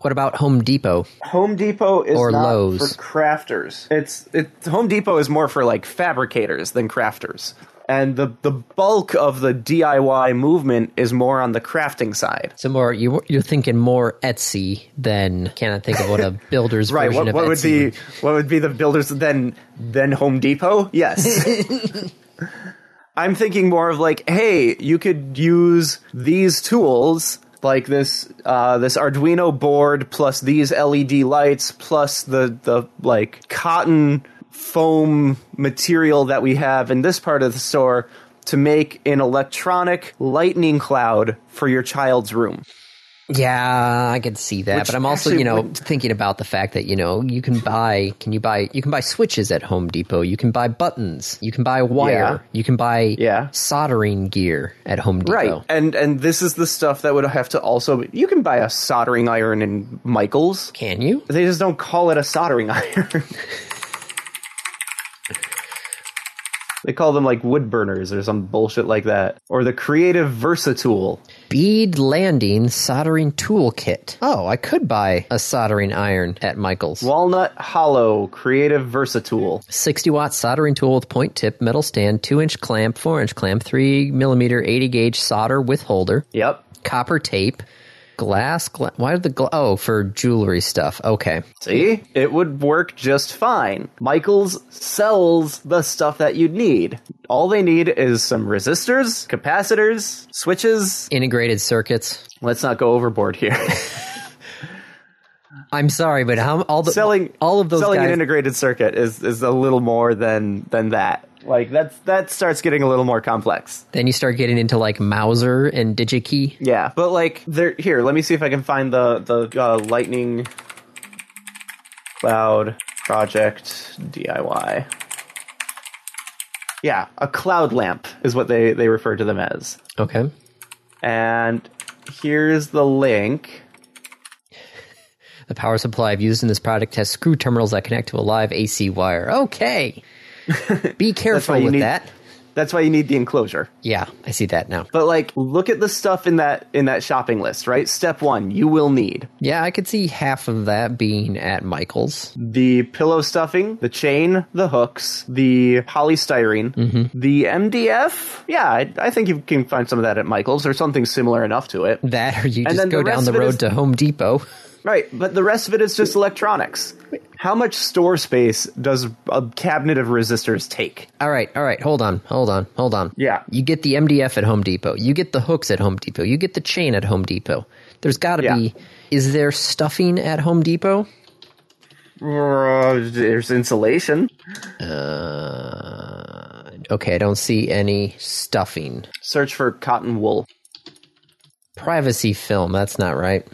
Speaker 1: What about Home Depot?
Speaker 2: Home Depot is
Speaker 1: Or
Speaker 2: not
Speaker 1: Lowe's.
Speaker 2: for crafters. It's it Home Depot is more for like fabricators than crafters. And the the bulk of the DIY movement is more on the crafting side.
Speaker 1: Some more you you're thinking more Etsy than can I think of
Speaker 2: *laughs*
Speaker 1: what a builder's
Speaker 2: Right.
Speaker 1: version
Speaker 2: What,
Speaker 1: of
Speaker 2: what would
Speaker 1: Etsy
Speaker 2: be what would be the builders then then Home Depot?
Speaker 1: *laughs*
Speaker 2: Yes. I'm thinking more of like, hey, you could use these tools like this uh, this Arduino board plus these LED lights plus the the like cotton foam material that we have in this part of the store to make an electronic lightning cloud for your child's room.
Speaker 1: Yeah, I could see that,
Speaker 2: Which
Speaker 1: but I'm also,
Speaker 2: actually
Speaker 1: you know,
Speaker 2: would-
Speaker 1: thinking about the fact that you know you can buy, can you buy, you can buy switches at Home Depot. You can buy buttons. You can buy wire.
Speaker 2: Yeah.
Speaker 1: You can buy
Speaker 2: Yeah.
Speaker 1: soldering gear at Home Depot.
Speaker 2: Right. And and this is the stuff that would have to also you can buy a soldering iron in Michaels.
Speaker 1: Can you?
Speaker 2: They just don't call it a soldering *laughs* iron. they call them like wood burners or some bullshit like that. Or the creative versatool.
Speaker 1: Bead landing soldering tool kit. Oh, I could buy a soldering iron at Michaels.
Speaker 2: Walnut hollow creative versatool.
Speaker 1: 60 watt soldering tool with point tip, metal stand, 2 inch clamp, 4 inch clamp, 3 millimeter 80 gauge solder with holder,
Speaker 2: Yep.
Speaker 1: copper tape, glass. Gla- why did the gla- oh for jewelry stuff? Okay,
Speaker 2: See? It would work just fine. Michaels sells the stuff that you'd need. All they need is some resistors, capacitors, switches.
Speaker 1: integrated circuits.
Speaker 2: Let's not go overboard here. *laughs*
Speaker 1: I'm sorry, but how all the
Speaker 2: selling
Speaker 1: all of those
Speaker 2: selling
Speaker 1: guys.
Speaker 2: an integrated circuit is is a little more than than that. Like that's that starts getting a little more complex.
Speaker 1: then you start getting into like Mauser and DigiKey.
Speaker 2: Yeah, but like there here, let me see if I can find the the uh, lightning cloud project DIY. Yeah, a cloud lamp is what they they refer to them as.
Speaker 1: Okay,
Speaker 2: And here's the link.
Speaker 1: the power supply I've used in this product has screw terminals that connect to a live AC wire.
Speaker 2: *laughs*
Speaker 1: Okay, be
Speaker 2: why
Speaker 1: careful
Speaker 2: you
Speaker 1: with
Speaker 2: need-
Speaker 1: that.
Speaker 2: That's why you need the enclosure.
Speaker 1: Yeah, I see that now.
Speaker 2: But like look at the stuff in that in that shopping list, right? Step 1, you will need
Speaker 1: Yeah, I could see half of that being at Michaels.
Speaker 2: the pillow stuffing, the chain, the hooks, the polystyrene, the MDF. Yeah, I, I think you can find some of that at Michael's or something similar enough to it.
Speaker 1: That or you just
Speaker 2: then
Speaker 1: go
Speaker 2: the
Speaker 1: down
Speaker 2: rest
Speaker 1: the
Speaker 2: of it
Speaker 1: road
Speaker 2: is-
Speaker 1: to Home Depot.
Speaker 2: Right, but the rest of it is just electronics. How much store space does a cabinet of resistors take?
Speaker 1: All right, all right, hold on, hold on, hold on.
Speaker 2: Yeah.
Speaker 1: You get the MDF at Home Depot. You get the hooks at Home Depot. You get the chain at Home Depot. There's got to
Speaker 2: Yeah.
Speaker 1: be. Is there stuffing at Home Depot?
Speaker 2: Uh, There's insulation.
Speaker 1: Uh, okay, I don't see any stuffing.
Speaker 2: Search for cotton wool.
Speaker 1: Privacy film, that's not
Speaker 2: *laughs*
Speaker 1: right.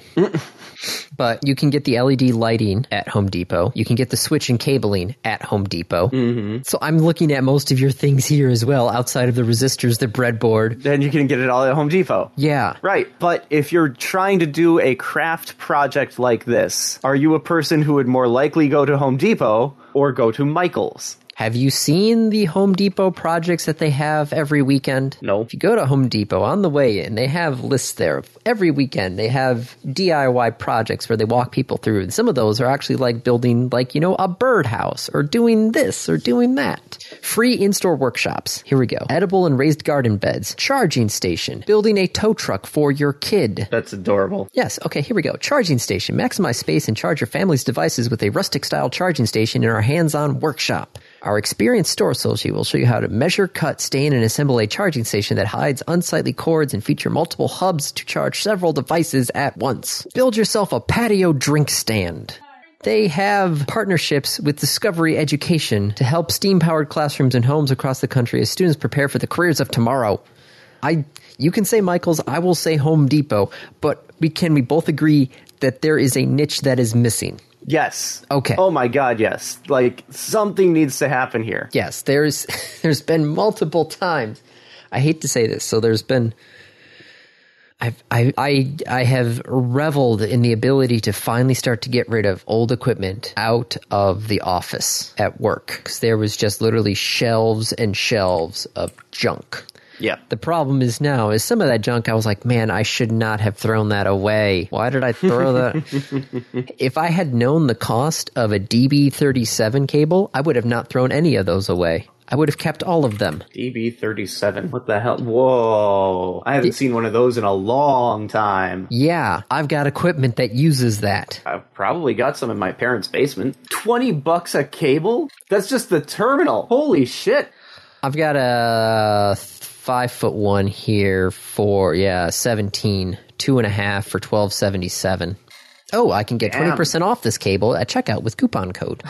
Speaker 1: but you can get the LED lighting at Home Depot. You can get the switch and cabling at Home Depot. Mm-hmm. So I'm looking at most of your things here as well, outside of the resistors, the breadboard.
Speaker 2: Then you can get it all at Home Depot.
Speaker 1: Yeah.
Speaker 2: Right, but if you're trying to do a craft project like this, are you a person who would more likely go to Home Depot or go to Michaels?
Speaker 1: Have you seen the Home Depot projects that they have every weekend?
Speaker 2: No.
Speaker 1: If you go to Home Depot on the way in, they have lists there. of- Every weekend, they have DIY projects where they walk people through. And some of those are actually like building, like, you know, a birdhouse or doing this or doing that. Free in store workshops. Here we go. Edible and raised garden beds. Charging station. Building a tow truck for your kid.
Speaker 2: That's adorable.
Speaker 1: Yes, okay, here we go. Charging station. Maximize space and charge your family's devices with a rustic style charging station in our hands on workshop. Our experienced store associate will show you how to measure, cut, stain, and assemble a charging station that hides unsightly cords and feature multiple hubs to charge several devices at once. Build yourself a patio drink stand. They have partnerships with Discovery Education to help STEAM powered classrooms and homes across the country as students prepare for the careers of tomorrow. I you can say Michaels, I will say Home Depot, but we can we both agree that there is a niche that is missing.
Speaker 2: Yes.
Speaker 1: Okay.
Speaker 2: Oh my god, yes. Like something needs to happen here.
Speaker 1: Yes, there's *laughs* there's been multiple times. I hate to say this, so there's been I've, I, I, I have reveled in the ability to finally start to get rid of old equipment out of the office at work. 'Cause there was just literally shelves and shelves of junk.
Speaker 2: Yeah.
Speaker 1: The problem is now is some of that junk I was like, man, I should not have thrown that away. Why did I throw that? if I had known the cost of a DB37 cable, I would have not thrown any of those away. I would have kept all of them.
Speaker 2: DB37. What the hell? Whoa. I haven't seen one of those in a long time.
Speaker 1: Yeah, I've got equipment that uses that.
Speaker 2: I've probably got some in my parents' basement. 20 bucks a cable? That's just the terminal. Holy shit.
Speaker 1: I've got a five foot one here for yeah, 17, two and a half for twelve seventy seven. Oh, I can get
Speaker 2: Damn.
Speaker 1: twenty percent off this cable at checkout with coupon code.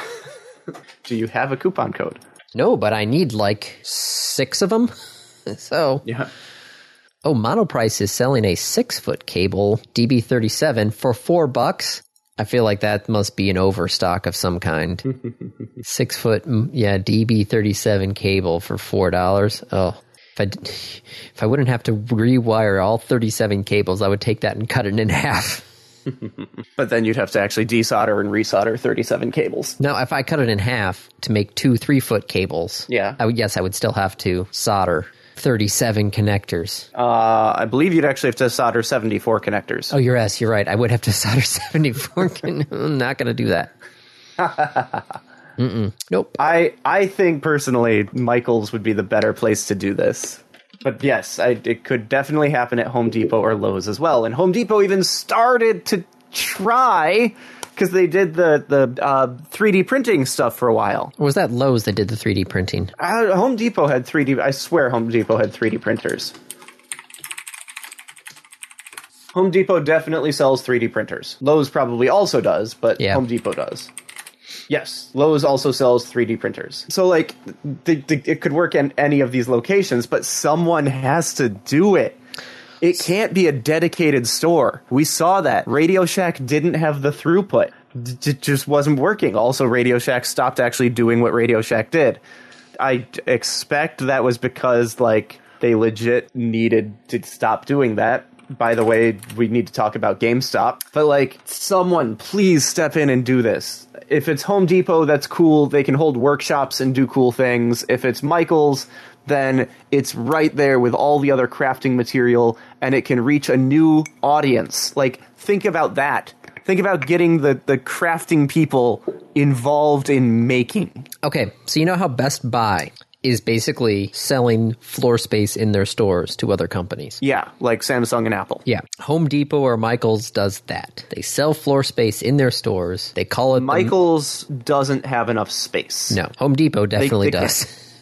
Speaker 2: Do you have a coupon code?
Speaker 1: No, but I need like six of them. *laughs* So,
Speaker 2: Yeah.
Speaker 1: oh, Monoprice is selling a six foot cable DB37 for four bucks. I feel like that must be an overstock of some kind.
Speaker 2: *laughs*
Speaker 1: six foot, mm, yeah, DB37 cable for four dollars. Oh, if I d- *laughs* if I wouldn't have to rewire all 37 cables, I would take that and cut it in *laughs* half.
Speaker 2: But then you'd have to actually desolder and resolder 37 cables.
Speaker 1: Now, if I cut it in half to make two three foot cables,
Speaker 2: Yeah.
Speaker 1: I would, yes, I would still have to solder 37 connectors.
Speaker 2: Uh, I believe you'd actually have to solder 74 connectors.
Speaker 1: Oh, you're ass. You're right. I would have to *laughs* solder 74. *laughs* I'm not going to do
Speaker 2: *laughs*
Speaker 1: that. Mm-mm. Nope.
Speaker 2: I I think personally, Michaels would be the better place to do this. But yes, I, it could definitely happen at Home Depot or Lowe's as well. And Home Depot even started to try because they did the the uh, 3D printing stuff for a while.
Speaker 1: Or was that Lowe's that did the 3D printing?
Speaker 2: Uh, Home Depot had 3D. I swear, Home Depot had 3D printers. Home Depot definitely sells 3D printers. Lowe's probably also does, but
Speaker 1: Yeah.
Speaker 2: Home Depot does. Yes, Lowe's also sells 3D printers. So, like, th- th- it could work in any of these locations, but someone has to do it. It can't be a dedicated store. We saw that. Radio Shack didn't have the throughput. D- It just wasn't working. Also, Radio Shack stopped actually doing what Radio Shack did. I d- expect that was because, like, they legit needed to stop doing that. By the way, we need to talk about GameStop. But, like, someone please step in and do this. If it's Home Depot, that's cool. They can hold workshops and do cool things. If it's Michael's, then it's right there with all the other crafting material and it can reach a new audience. Like, think about that. Think about getting the, the crafting people involved in making.
Speaker 1: Okay. So, you know how Best Buy is basically selling floor space in their stores to other companies?
Speaker 2: Yeah, like Samsung and Apple.
Speaker 1: Yeah. Home Depot or Michaels does that. They sell floor space in their stores. They call it the-
Speaker 2: Michael's doesn't have enough space.
Speaker 1: Mm-hmm. no, Home Depot definitely
Speaker 2: they-
Speaker 1: does.
Speaker 2: *laughs*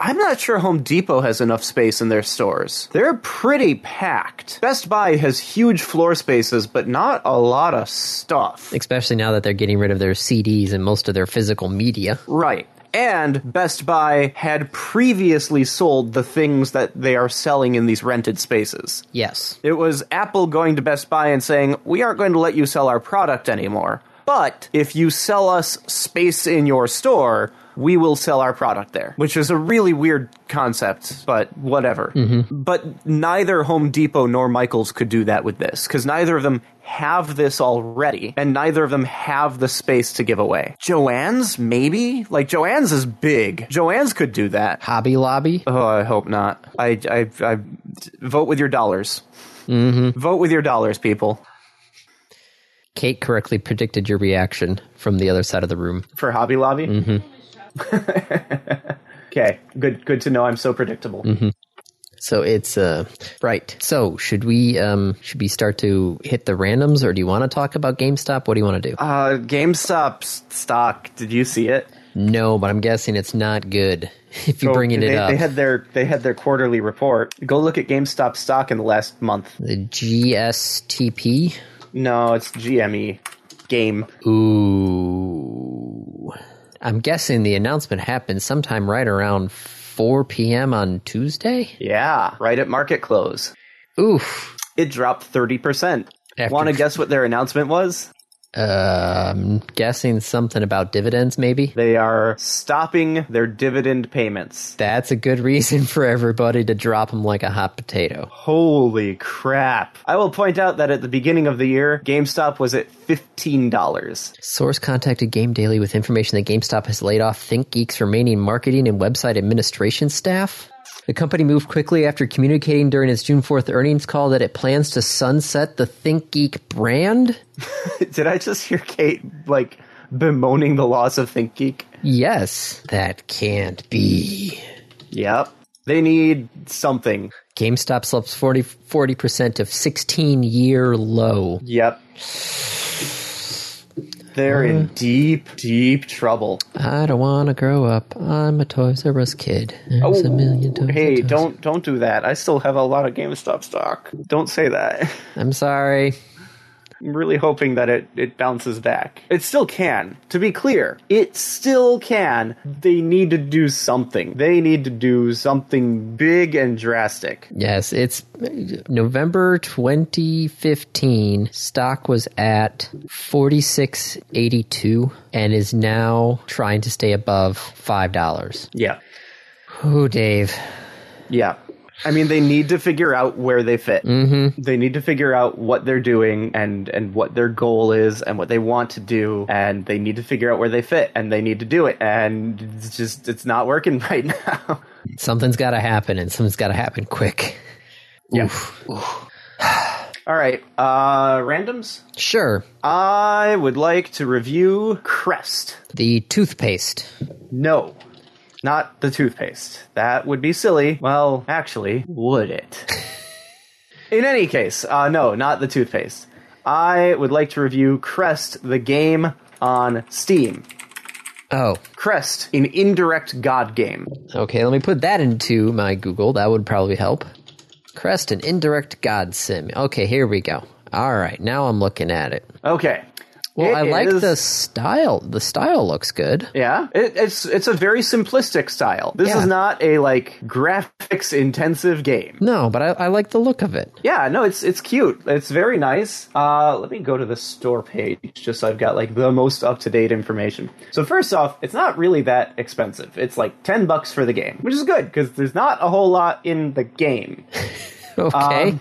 Speaker 2: I'm not sure Home Depot has enough space in their stores. They're pretty packed. Best Buy has huge floor spaces, but not a lot of stuff.
Speaker 1: Especially now that they're getting rid of their CDs and most of their physical media.
Speaker 2: Right. And Best Buy had previously sold the things that they are selling in these rented spaces.
Speaker 1: Yes.
Speaker 2: It was Apple going to Best Buy and saying, We aren't going to let you sell our product anymore. But if you sell us space in your store, we will sell our product there, which is a really weird concept, but whatever. But neither Home Depot nor Michaels could do that with this because neither of them have this already, and neither of them have the space to give away. Joann's, maybe? Like, Joann's is big. Joann's could do that.
Speaker 1: Hobby Lobby.
Speaker 2: Oh, I hope not. I, I, I vote with your dollars.
Speaker 1: Mm-hmm.
Speaker 2: Vote with your dollars, people.
Speaker 1: Kate correctly predicted your reaction from the other side of the room.
Speaker 2: for Hobby Lobby.
Speaker 1: Mm-hmm.
Speaker 2: *laughs* okay, good. Good to know. I'm so predictable.
Speaker 1: Mm-hmm. So it's uh right. So should we um should we start to hit the randoms or do you want to talk about GameStop? What do you want to do?
Speaker 2: Uh, GameStop s- stock. Did you see it?
Speaker 1: no, but I'm guessing it's not good *laughs* if you're bringing
Speaker 2: they,
Speaker 1: it up.
Speaker 2: They had their they had their quarterly report. Go look at GameStop stock in the last month.
Speaker 1: the GSTP.
Speaker 2: No, it's GME game.
Speaker 1: Ooh. I'm guessing the announcement happened sometime right around 4 p.m. on Tuesday.
Speaker 2: Yeah, right at market close.
Speaker 1: Oof.
Speaker 2: It dropped thirty percent.
Speaker 1: After-
Speaker 2: Want to guess what their announcement was?
Speaker 1: Uh, I'm guessing something about dividends, maybe.
Speaker 2: They are stopping their dividend payments.
Speaker 1: That's a good reason for everybody to drop them like a hot potato.
Speaker 2: Holy crap. I will point out that at the beginning of the year, GameStop was at $15.
Speaker 1: Source contacted Game Daily with information that GameStop has laid off ThinkGeek's remaining marketing and website administration staff. The company moved quickly after communicating during its June 4th earnings call that it plans to sunset the ThinkGeek brand.
Speaker 2: *laughs* Did I just hear Kate, like, bemoaning the loss of ThinkGeek?
Speaker 1: Yes, that can't be.
Speaker 2: Yep. They need something.
Speaker 1: GameStop slips 40, 40% of 16 year low.
Speaker 2: Yep. They're in deep, deep trouble.
Speaker 1: I don't want to grow up. I'm a Toys R Us kid. There's a million Toys R
Speaker 2: Oh, hey,
Speaker 1: Us.
Speaker 2: don't don't do that. I still have a lot of GameStop stock. Don't say that. *laughs*
Speaker 1: I'm sorry.
Speaker 2: I'm really hoping that it, it bounces back. It still can. To be clear, it still can. They need to do something. They need to do something big and drastic.
Speaker 1: Yes, it's November 2015. Stock was at 46.82 and is now trying to stay above $5.
Speaker 2: Yeah.
Speaker 1: Oh, Dave.
Speaker 2: Yeah. I mean, they need to figure out where they fit. Mm-hmm. They need to figure out what they're doing and, and what their goal is and what they want to do. And they need to figure out where they fit and they need to do it. And it's just, it's not working *laughs* right now.
Speaker 1: Something's got to happen and something's got to happen quick.
Speaker 2: Yeah.
Speaker 1: Oof.
Speaker 2: All right. Uh, randoms?
Speaker 1: Sure.
Speaker 2: I would like to review Crest.
Speaker 1: The toothpaste.
Speaker 2: No, not the toothpaste. That would be silly. Well, actually,
Speaker 1: *laughs*
Speaker 2: would it? In any case, uh, no, not the toothpaste. I would like to review Crest, the game on Steam.
Speaker 1: Oh,
Speaker 2: Crest, an indirect god game.
Speaker 1: okay. Let me put that into my Google. That would probably help. Crest and indirect god sim. Okay, here we go. All right, now I'm looking at it.
Speaker 2: Okay.
Speaker 1: Well,
Speaker 2: It
Speaker 1: I like
Speaker 2: is-
Speaker 1: the style. The style looks good.
Speaker 2: Yeah, it, it's it's a very simplistic style. This
Speaker 1: Yeah.
Speaker 2: is not a like graphics intensive game.
Speaker 1: No, but I, I like the look of it. *laughs*
Speaker 2: Yeah, no, it's it's cute. It's very nice. Uh, let me go to the store page just so I've got like the most up to date information. So first off, it's not really that expensive. It's like ten bucks for the game, which is good because there's not a whole lot in the game.
Speaker 1: Okay.
Speaker 2: Um,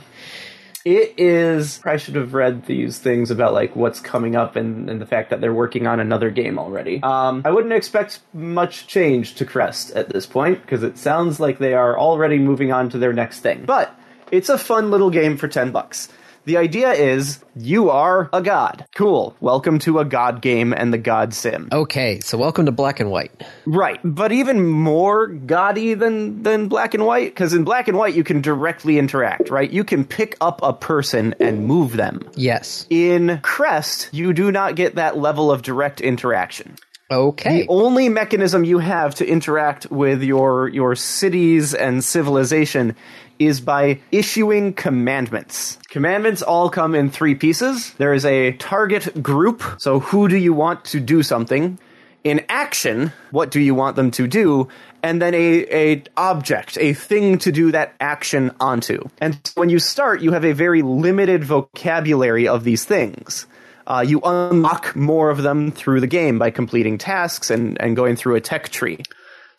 Speaker 2: It is. I should have read these things about like what's coming up and, and the fact that they're working on another game already. Um, I wouldn't expect much change to Crest at this point because it sounds like they are already moving on to their next thing. But it's a fun little game for ten bucks. The idea is you are a god. Cool. Welcome to a god game and the god sim.
Speaker 1: okay, so welcome to Black and White.
Speaker 2: Right, but even more gaudy than than black and white because in black and white you can directly interact. Right, you can pick up a person and move them.
Speaker 1: Yes.
Speaker 2: In Crest, you do not get that level of direct interaction.
Speaker 1: Okay.
Speaker 2: The only mechanism you have to interact with your your cities and civilization is by issuing commandments. Commandments all come in three pieces. There is a target group, so who do you want to do something? In action, what do you want them to do? And then a, a object, a thing to do that action onto. And when you start, you have a very limited vocabulary of these things Uh, you unlock more of them through the game by completing tasks and, and going through a tech tree.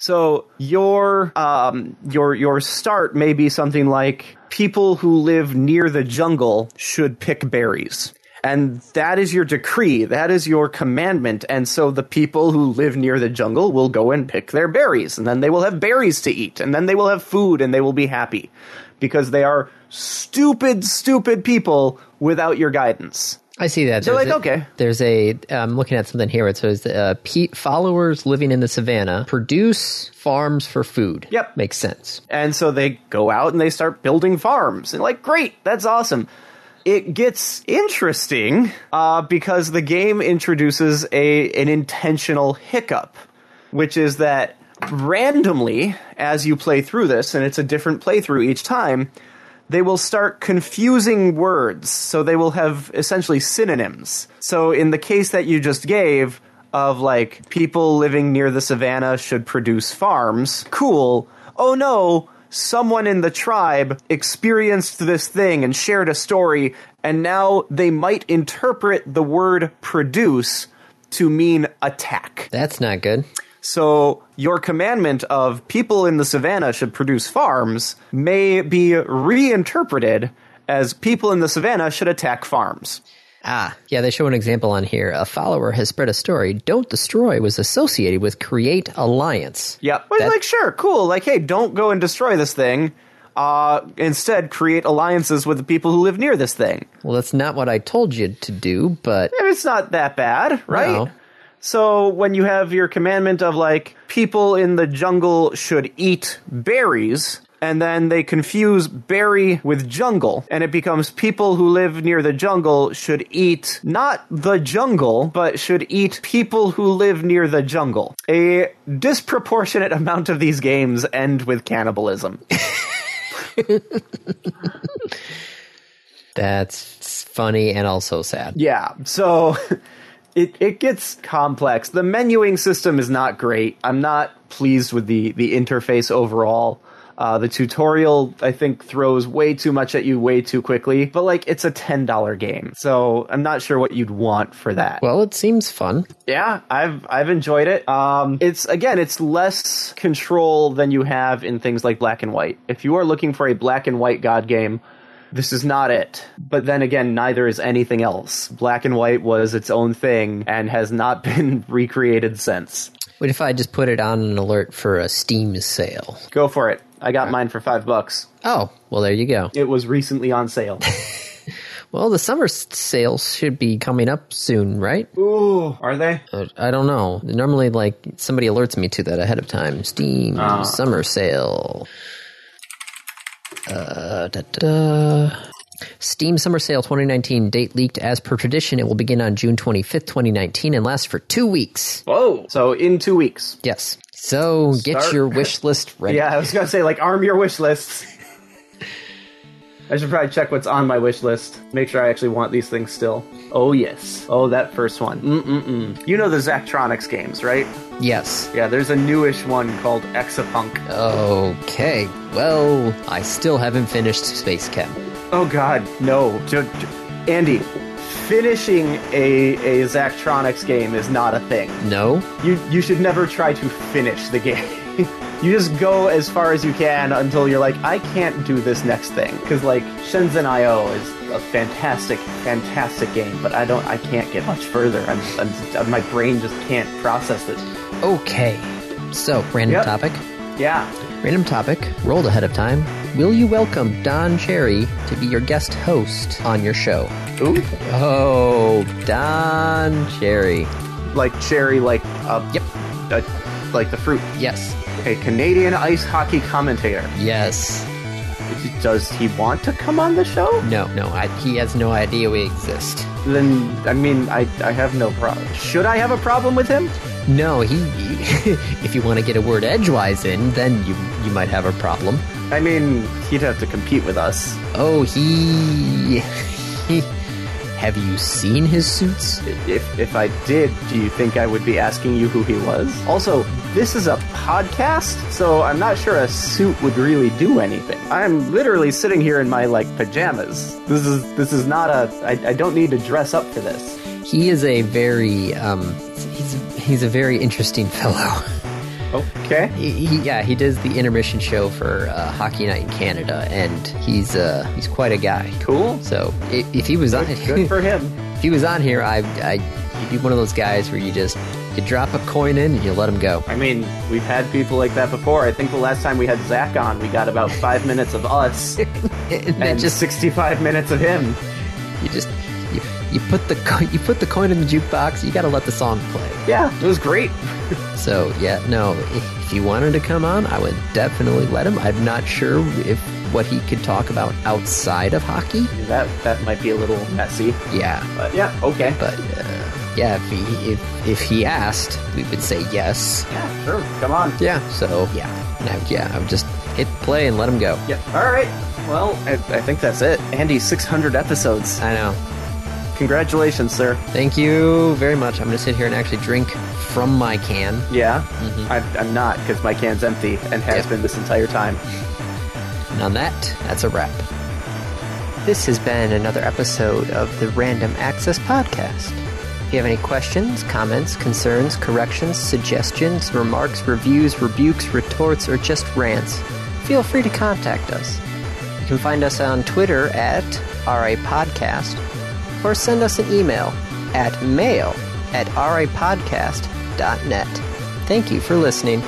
Speaker 2: So your um, your your start may be something like people who live near the jungle should pick berries. And that is your decree. That is your commandment. And so the people who live near the jungle will go and pick their berries. And then they will have berries to eat. And then they will have food and they will be happy. Because they are stupid, stupid people without your guidance.
Speaker 1: I see that.
Speaker 2: So,
Speaker 1: There's
Speaker 2: like,
Speaker 1: a-
Speaker 2: okay.
Speaker 1: There's a. I'm looking at something here. It says uh, pe- followers living in the savannah produce farms for food.
Speaker 2: Yep.
Speaker 1: makes sense.
Speaker 2: And so they go out and they start building farms. And like, great, that's awesome. It gets interesting uh, because the game introduces a an intentional hiccup, which is that randomly, as you play through this, and it's a different playthrough each time, they will start confusing words. So they will have essentially synonyms. So in the case that you just gave of like people living near the savannah should produce farms, cool. Oh no, someone in the tribe experienced this thing and shared a story, and now they might interpret the word produce to mean attack.
Speaker 1: That's not good.
Speaker 2: So your commandment of people in the savannah should produce farms may be reinterpreted as people in the savannah should attack farms.
Speaker 1: Ah, yeah. They show an example on here. A follower has spread a story. Don't destroy was associated with create alliance.
Speaker 2: Yeah, but
Speaker 1: That-
Speaker 2: like sure, cool. Like hey, don't go and destroy this thing. Uh, instead, create alliances with the people who live near this thing.
Speaker 1: Well, that's not what I told you to do, but
Speaker 2: And it's not that bad, right?
Speaker 1: No.
Speaker 2: So when you have your commandment of like people in the jungle should eat berries and then they confuse berry with jungle and it becomes people who live near the jungle should eat not the jungle but should eat people who live near the jungle. A disproportionate amount of these games end with cannibalism.
Speaker 1: that's funny and also sad.
Speaker 2: Yeah. So *laughs* it it gets complex. The menuing system is not great. I'm not pleased with the the interface overall. Uh, the tutorial I think throws way too much at you way too quickly. But like it's a ten dollar game, so I'm not sure what you'd want for that.
Speaker 1: Well, it seems fun.
Speaker 2: Yeah, I've I've enjoyed it. Um, it's again, it's less control than you have in things like Black and White. If you are looking for a Black and White God game, this is not it. But then again, neither is anything else. Black and White was its own thing and has not *laughs* been recreated since.
Speaker 1: What if I just put it on an alert for a Steam sale?
Speaker 2: Go for it. I got mine for five bucks.
Speaker 1: Oh, well, there you go.
Speaker 2: It was recently on sale.
Speaker 1: Well, the summer s- sales should be coming up soon, right?
Speaker 2: Ooh, are they?
Speaker 1: Uh, I don't know. Normally, like somebody alerts me to that ahead of time. Steam summer sale. Uh, da, da, da. Steam Summer Sale 2019 date leaked as per tradition. It will begin on June 25th, 2019, and last for two weeks.
Speaker 2: Whoa! So in two weeks.
Speaker 1: Yes. So get
Speaker 2: Start-
Speaker 1: your wish
Speaker 2: *laughs*
Speaker 1: list ready.
Speaker 2: Yeah, I was gonna say like arm your wish lists. I should probably check what's on my wish list. Make sure I actually want these things still. Oh yes. Oh, that first one. Mm-mm-mm. You know the Zachtronics games, right?
Speaker 1: Yes.
Speaker 2: Yeah, there's a newish one called Exapunk.
Speaker 1: Okay. Well, I still haven't finished Space Chem.
Speaker 2: Oh God, no, Ju- ju- Andy. Finishing a a Zachtronics game is not a thing.
Speaker 1: No?
Speaker 2: You you should never try to finish the game. *laughs* you just go as far as you can until you're like, I can't do this next thing. Because like Shenzhen IO is a fantastic, fantastic game, but I don't, I can't get much further. I'm, I'm my brain just can't process it.
Speaker 1: Okay. So, random
Speaker 2: Yep.
Speaker 1: topic.
Speaker 2: Yeah.
Speaker 1: Random topic, rolled ahead of time. Will you welcome Don Cherry to be your guest host on your show?
Speaker 2: Ooh.
Speaker 1: Oh, Don Cherry.
Speaker 2: Like cherry, like uh,
Speaker 1: Yep.
Speaker 2: uh, like the fruit.
Speaker 1: Yes.
Speaker 2: Okay, Canadian ice hockey commentator.
Speaker 1: Yes.
Speaker 2: Does he want to come on the show?
Speaker 1: No, no, I, he has no idea we exist.
Speaker 2: Then, I mean, I, I have no problem. Should I have a problem with him?
Speaker 1: No, he. *laughs* if you want to get a word edgewise in, then you, you might have a problem.
Speaker 2: I mean, he'd have to compete with us.
Speaker 1: Oh, he. he have you seen his suits?
Speaker 2: If, if I did, do you think I would be asking you who he was? Also, this is a podcast, so I'm not sure a suit would really do anything. I'm literally sitting here in my like pajamas. This is this is not a. I, I don't need to dress up for this.
Speaker 1: He is a very um, he's he's a very interesting fellow. *laughs*
Speaker 2: Okay.
Speaker 1: He, he, yeah, he does the intermission show for uh, Hockey Night in Canada, and he's uh, he's quite a guy.
Speaker 2: Cool.
Speaker 1: So if, if he was on, *laughs*
Speaker 2: Good for him.
Speaker 1: if he was on here, I I he'd be one of those guys where you just you drop a coin in and you let him go. *laughs*
Speaker 2: I mean, we've had people like that before. I think the last time we had Zach on, we got about five minutes of us
Speaker 1: and then
Speaker 2: and just
Speaker 1: just
Speaker 2: 65 minutes of him.
Speaker 1: you just you, you put the co- you put the coin in the jukebox. You got to let the song play.
Speaker 2: Yeah, it was great.
Speaker 1: So yeah, no. If if he wanted to come on, I would definitely let him. I'm not sure if what he could talk about outside of hockey.
Speaker 2: That that might be a little messy,
Speaker 1: Yeah,
Speaker 2: but yeah, okay.
Speaker 1: but uh, yeah, if he if, if he asked, we would say yes.
Speaker 2: Yeah, sure. Come on.
Speaker 1: Yeah. So yeah, no, yeah. I would just hit play and let him go.
Speaker 2: Yeah. All right. Well, I, I think that's it. Andy, 600 episodes.
Speaker 1: I know.
Speaker 2: Congratulations, sir.
Speaker 1: Thank you very much. I'm gonna sit here and actually drink from my can.
Speaker 2: Yeah, I, I'm not because my can's empty and has
Speaker 1: Yeah.
Speaker 2: been this entire time.
Speaker 1: And on that, that's a wrap. This has been another episode of the Random Access Podcast. If you have any questions, comments, concerns, corrections, suggestions, remarks, reviews, rebukes, retorts, or just rants, feel free to contact us. You can find us on Twitter at RAPodcast or send us an email at mail at rapodcast.net. Thank you for listening.